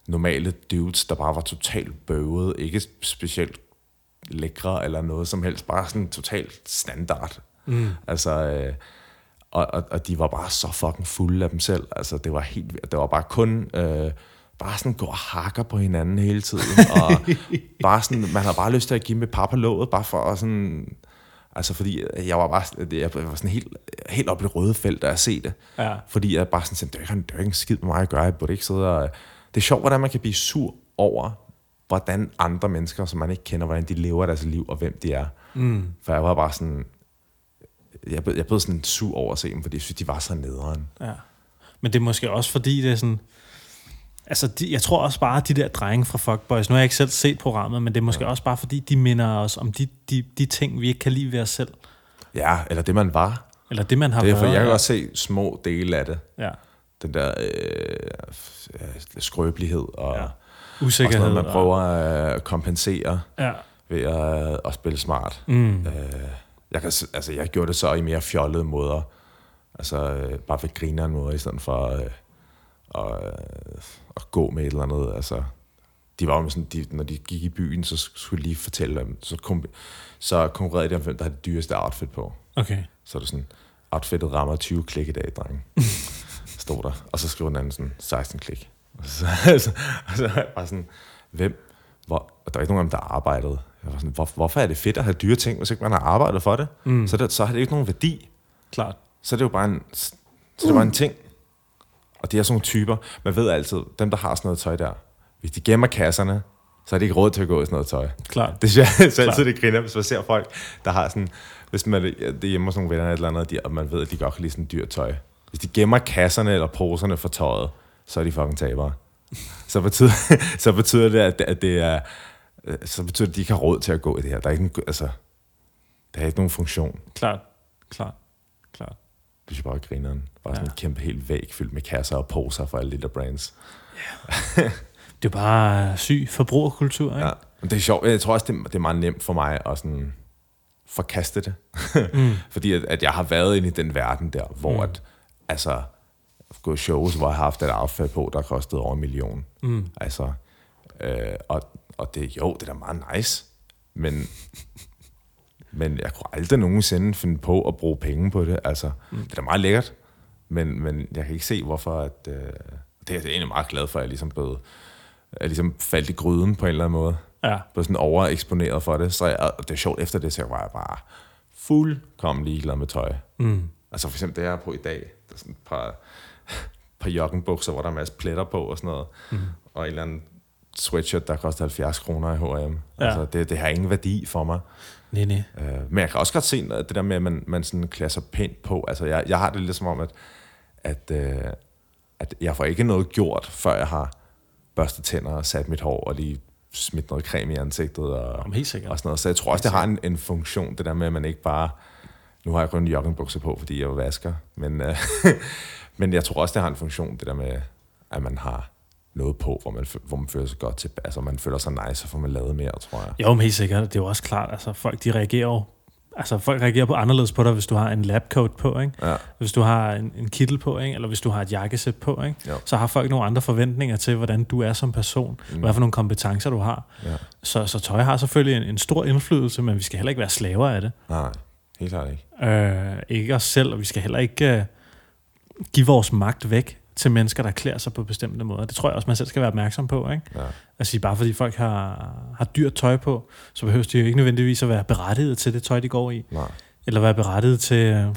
[SPEAKER 2] normale dudes, der bare var totalt bøvede, ikke specielt lækre eller noget som helst, bare sådan totalt standard. Mm. Altså, øh, og, og, og de var bare så fucking fulde af dem selv. Altså, det var helt vildt. Det var bare kun... Øh, bare sådan gå og hakker på hinanden hele tiden. Og bare sådan, man har bare lyst til at give med pap og låget, bare for at sådan... Altså, fordi jeg var bare jeg var sådan helt, helt oppe i det røde felt, da jeg se det.
[SPEAKER 1] Ja.
[SPEAKER 2] Fordi jeg bare sådan sagde, det er jo ikke- det er jo ikke en skid med mig at gøre, jeg burde ikke sidde og... Det er sjovt, hvordan man kan blive sur over, hvordan andre mennesker, som man ikke kender, hvordan de lever deres liv, og hvem de er. Mm. For jeg var bare sådan, jeg blev, jeg blev sådan sur over at se dem, fordi jeg synes, de var så nederen.
[SPEAKER 1] Ja. Men det er måske også fordi, det er sådan... Altså, de, jeg tror også bare, at de der drenge fra Fuckboys, nu har jeg ikke selv set programmet, men det er måske ja. også bare fordi, de minder os om de, de, de ting, vi ikke kan lide ved os selv.
[SPEAKER 2] Ja, eller det man var.
[SPEAKER 1] Eller det, man har
[SPEAKER 2] Det er, for
[SPEAKER 1] været.
[SPEAKER 2] jeg kan også se små dele af det.
[SPEAKER 1] ja.
[SPEAKER 2] Den der øh, f- ja, skrøbelighed og, ja.
[SPEAKER 1] Ja.
[SPEAKER 2] og sådan
[SPEAKER 1] Usikkerhed.
[SPEAKER 2] noget, man prøver øh, at kompensere
[SPEAKER 1] Og, ja.
[SPEAKER 2] ved at, at spille smart. Mm. Øh, jeg, kan, s- altså, jeg gjorde det så i mere fjollede måder. Altså øh, bare ved grineren måder, i stedet for øh, at, øh, at gå med et eller andet. Altså, de var jo sådan, de, når de gik i byen, så skulle de lige fortælle dem, så, kom, så konkurrerede de om, hvem der havde det dyreste outfit på.
[SPEAKER 1] Okay.
[SPEAKER 2] Så er det sådan, outfittet rammer 20 klik i dag, drenge. Stod der. Og så skriver den anden sådan, 16 klik. Og så, så, og så var jeg bare sådan, hvem? Hvor, og der var ikke nogen af dem, der arbejdede. Jeg var sådan, hvor, hvorfor er det fedt at have dyre ting, hvis ikke man har arbejdet for det? Mm. Så, det, så har det ikke nogen værdi.
[SPEAKER 1] Klart.
[SPEAKER 2] Så er det jo bare en, så er det bare en ting. Og det er sådan nogle typer. Man ved altid, dem der har sådan noget tøj der, hvis de gemmer kasserne, så er det ikke råd til at gå i sådan noget tøj.
[SPEAKER 1] Klart.
[SPEAKER 2] Det synes jeg så altid, det griner, hvis man ser folk, der har sådan... Hvis man er det er hjemme hos nogle venner eller et eller andet, og de, og man ved, at de godt kan lide sådan dyrt tøj. Hvis de gemmer kasserne eller poserne for tøjet, så er de fucking tabere. Så betyder, så betyder det, at det, at det er... øh, Så betyder det, at de ikke har råd til at gå i det her. Der er ikke, en- altså, der er ikke nogen funktion.
[SPEAKER 1] Klart. Klart. Klart.
[SPEAKER 2] Det synes jeg bare er grineren. Bare sådan en kæmpe helt væg fyldt med kasser og poser for alle de der brands.
[SPEAKER 1] Det er bare øh, syg forbrugerkultur, ikke?
[SPEAKER 2] Ja. Men det er sjovt. Jeg tror også, det, det er meget nemt for mig at sådan forkaste det. mm. Fordi at, at jeg har været inde i den verden der, hvor mm. at, altså, gå shows, hvor jeg har haft et outfit på, der kostede over en million. Mm. Altså, øh, og, og det, jo, det er da meget nice, men, men jeg kunne aldrig nogensinde finde på at bruge penge på det. Altså, mm. det er da meget lækkert, men, men jeg kan ikke se, hvorfor at, øh, det, er jeg egentlig meget glad for, at jeg ligesom, blev, at jeg ligesom faldt i gryden på en eller anden måde
[SPEAKER 1] Ja.
[SPEAKER 2] blev sådan overeksponeret for det. Så jeg, og det er sjovt, efter det, så var jeg bare fuldkommen ligeglad med tøj. Mm. Altså for eksempel det, jeg har på i dag, der er sådan et par, par joggenbukser, hvor der er en masse pletter på og sådan noget. Mm. Og en eller anden sweatshirt, der koster 70 kroner i H&M.
[SPEAKER 1] Ja.
[SPEAKER 2] Ja. Altså det, det har ingen værdi for mig.
[SPEAKER 1] Nej, nej.
[SPEAKER 2] Øh, men jeg kan også godt se noget af det der med, at man, man sådan klæder sig pænt på. Altså, jeg, jeg har det lidt som om, at, at, øh, at jeg får ikke noget gjort, før jeg har børstet tænder og sat mit hår og lige smidt noget creme i ansigtet og,
[SPEAKER 1] Jamen, helt sikkert.
[SPEAKER 2] og sådan noget. Så jeg tror også, det har en, en funktion, det der med, at man ikke bare Nu har jeg kun joggingbukser på, fordi jeg jo vasker, men, øh, men jeg tror også, det har en funktion, det der med, at man har noget på, hvor man, fø- hvor man føler sig godt til, altså man føler sig nice, så får man lavet mere, tror jeg.
[SPEAKER 1] Jo, men helt sikkert. Det er jo også klart, altså folk de reagerer jo, altså folk reagerer på anderledes på dig, hvis du har en labcoat på, ikke?
[SPEAKER 2] Ja.
[SPEAKER 1] Hvis du har en, en kittel på, ikke? Eller hvis du har et jakkesæt på, ikke?
[SPEAKER 2] Jo.
[SPEAKER 1] Så har folk nogle andre forventninger til, hvordan du er som person, mm. hvad for nogle kompetencer du har.
[SPEAKER 2] Ja.
[SPEAKER 1] Så, så tøj har selvfølgelig en, en stor indflydelse, men vi skal heller ikke være slaver af det.
[SPEAKER 2] Nej, helt klart ikke.
[SPEAKER 1] Øh, ikke os selv, og vi skal heller ikke øh, give vores magt væk til mennesker, der klæder sig på bestemte måder. Det tror jeg også, man selv skal være opmærksom på. Ikke?
[SPEAKER 2] Ja.
[SPEAKER 1] Altså bare fordi folk har, har dyrt tøj på, så behøver de jo ikke nødvendigvis at være berettiget til det tøj, de går i.
[SPEAKER 2] Nej.
[SPEAKER 1] Eller være berettiget til, øh,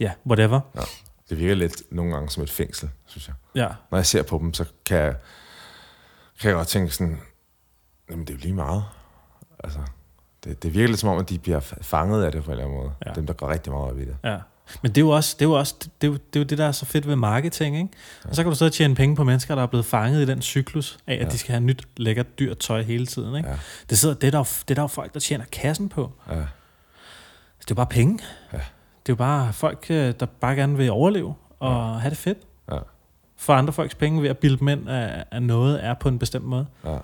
[SPEAKER 1] ja, whatever.
[SPEAKER 2] Det virker lidt nogle gange som et fængsel, synes jeg.
[SPEAKER 1] Ja,
[SPEAKER 2] Når jeg ser på dem, så kan jeg, kan jeg godt tænke sådan, jamen det er jo lige meget. Altså, det, det virker lidt som om, at de bliver fa- fanget af det på en eller anden måde.
[SPEAKER 1] Ja.
[SPEAKER 2] Ja. Dem, der går rigtig meget op i det.
[SPEAKER 1] ja. Men det er jo også det, er jo også, det, er jo, det, er jo det der er så fedt ved marketing, ikke? Og så kan du sidde og tjene penge på mennesker, der er blevet fanget i den cyklus af, at ja. de skal have nyt, lækkert, dyrt tøj hele tiden, ikke?
[SPEAKER 2] Ja.
[SPEAKER 1] Det, sidder, det, er der, jo- det er der jo folk, der tjener kassen på.
[SPEAKER 2] Ja.
[SPEAKER 1] Altså, Det er jo bare penge.
[SPEAKER 2] Ja.
[SPEAKER 1] Det er jo bare folk, øh, der bare gerne vil overleve og ja. have det fedt.
[SPEAKER 2] Ja.
[SPEAKER 1] For andre folks penge ved at bilde dem ind, at at noget er på en bestemt måde.
[SPEAKER 2] Ja,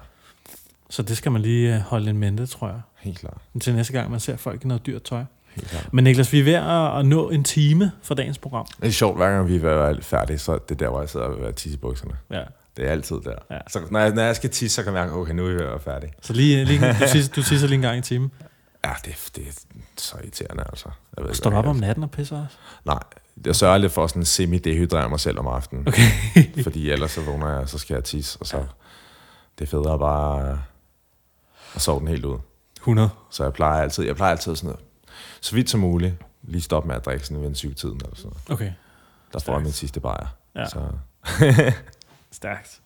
[SPEAKER 1] Så det skal man lige øh, holde en mente, tror jeg.
[SPEAKER 2] helt klart.
[SPEAKER 1] Til næste gang, man ser folk i noget dyrt tøj.
[SPEAKER 2] Helt klart.
[SPEAKER 1] Men Niklas, vi er ved at- at nå en time for dagens program.
[SPEAKER 2] Det er sjovt, hver gang vi er færdige, så er det der, hvor jeg sidder og tisse i bukserne.
[SPEAKER 1] Ja.
[SPEAKER 2] Det er altid der.
[SPEAKER 1] Ja.
[SPEAKER 2] Ja. Så når jeg, når jeg skal tisse, så kan jeg mærke, okay, nu er vi ved at være færdige.
[SPEAKER 1] Så lige, lige du, tisser, du tisser lige en gang i timen.
[SPEAKER 2] Ja, det, det er så irriterende, altså. Jeg ved
[SPEAKER 1] Står du
[SPEAKER 2] ikke,
[SPEAKER 1] op om
[SPEAKER 2] hvad jeg-
[SPEAKER 1] natten og pisser os?
[SPEAKER 2] Nej, jeg sørger lidt for at sådan semi-dehydrere mig selv om aftenen.
[SPEAKER 1] Okay.
[SPEAKER 2] Fordi ellers så vågner jeg, og så skal jeg tisse, og så det er federe bare at sove den helt ud.
[SPEAKER 1] 100.
[SPEAKER 2] Så jeg plejer altid, jeg plejer altid sådan noget, så vidt som muligt, lige stoppe med at drikke sådan ved en syvtiden eller sådan noget.
[SPEAKER 1] Okay.
[SPEAKER 2] Der får jeg min sidste bajer.
[SPEAKER 1] Ja.
[SPEAKER 2] Så
[SPEAKER 1] Stærkt.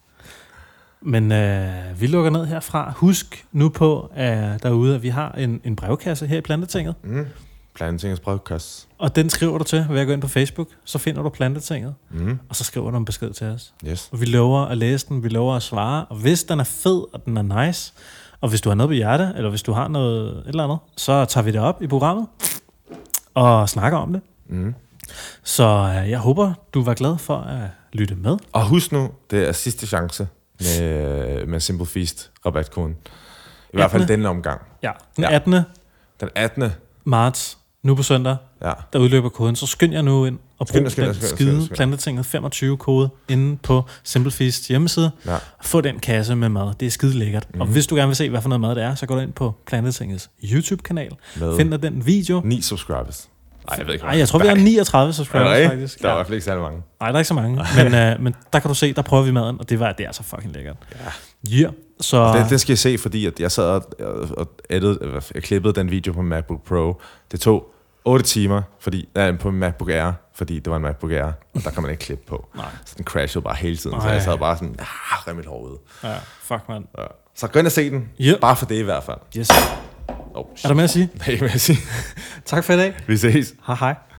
[SPEAKER 1] Men øh, vi lukker ned herfra. Husk nu på øh, derude, at vi har en, en brevkasse her i Plantetinget.
[SPEAKER 2] mm, plantingens brevkast.
[SPEAKER 1] Og den skriver du til ved at gå ind på Facebook. Så finder du Plantetinget,
[SPEAKER 2] Mm,
[SPEAKER 1] og så skriver du en besked til os.
[SPEAKER 2] yes.
[SPEAKER 1] Og vi lover at læse den, vi lover at svare. Og hvis den er fed, og den er nice, og hvis du har noget på hjerte, eller hvis du har noget et eller andet, så tager vi det op i programmet og snakker om det.
[SPEAKER 2] Mm.
[SPEAKER 1] Så øh, jeg håber, du var glad for at lytte med.
[SPEAKER 2] Og husk nu, det er sidste chance med, med Simple Feast rabatkoden. I hvert fald
[SPEAKER 1] 18..
[SPEAKER 2] denne omgang.
[SPEAKER 1] Ja, den
[SPEAKER 2] Ja.
[SPEAKER 1] 18.
[SPEAKER 2] Den 18.
[SPEAKER 1] marts, nu på søndag,
[SPEAKER 2] Ja,
[SPEAKER 1] der udløber koden, så skynd jer nu ind og brug
[SPEAKER 2] Skynd jer, skynd jer,
[SPEAKER 1] den
[SPEAKER 2] skynd jer,
[SPEAKER 1] skide
[SPEAKER 2] skynd jer.
[SPEAKER 1] Plantetinget 25 kode inde på Simple Feast hjemmeside.
[SPEAKER 2] ja. Mhm.
[SPEAKER 1] Få den kasse med mad. Det er skide lækkert. Mm-hmm. Og hvis du gerne vil se, hvad for noget mad det er, så gå ind på Plantetingets YouTube-kanal.
[SPEAKER 2] Med-
[SPEAKER 1] Find dig den video.
[SPEAKER 2] 9 subscribers. Nej, jeg ved ikke,
[SPEAKER 1] Ej, jeg tror, vi har 39 subscribers, faktisk.
[SPEAKER 2] Der er i
[SPEAKER 1] Ja.
[SPEAKER 2] hvert fald ikke særlig mange.
[SPEAKER 1] Nej, der er ikke så mange. Men, øh, men der kan du se, der prøver vi maden, og det, var, det er så fucking lækkert. Ja. Yeah. Så
[SPEAKER 2] Det, det skal I se, fordi at jeg sad og, og edit, eller jeg klippede den video på en MacBook Pro. Det tog 8 timer fordi, nej, på en MacBook Air, fordi det var en MacBook Air, og der kan man ikke klippe på.
[SPEAKER 1] Nej.
[SPEAKER 2] Så den crashede bare hele tiden, så
[SPEAKER 1] Ej.
[SPEAKER 2] jeg sad bare sådan, ah, rem mit hår ud.
[SPEAKER 1] Ja, fuck, man.
[SPEAKER 2] Ja. Så gå ind og se den,
[SPEAKER 1] Ja.
[SPEAKER 2] bare for det i hvert fald.
[SPEAKER 1] Yes.
[SPEAKER 2] Oh,
[SPEAKER 1] Er der med at sige?
[SPEAKER 2] Nej, men jeg siger,
[SPEAKER 1] Tak for i dag.
[SPEAKER 2] vi ses.
[SPEAKER 1] Hej hej.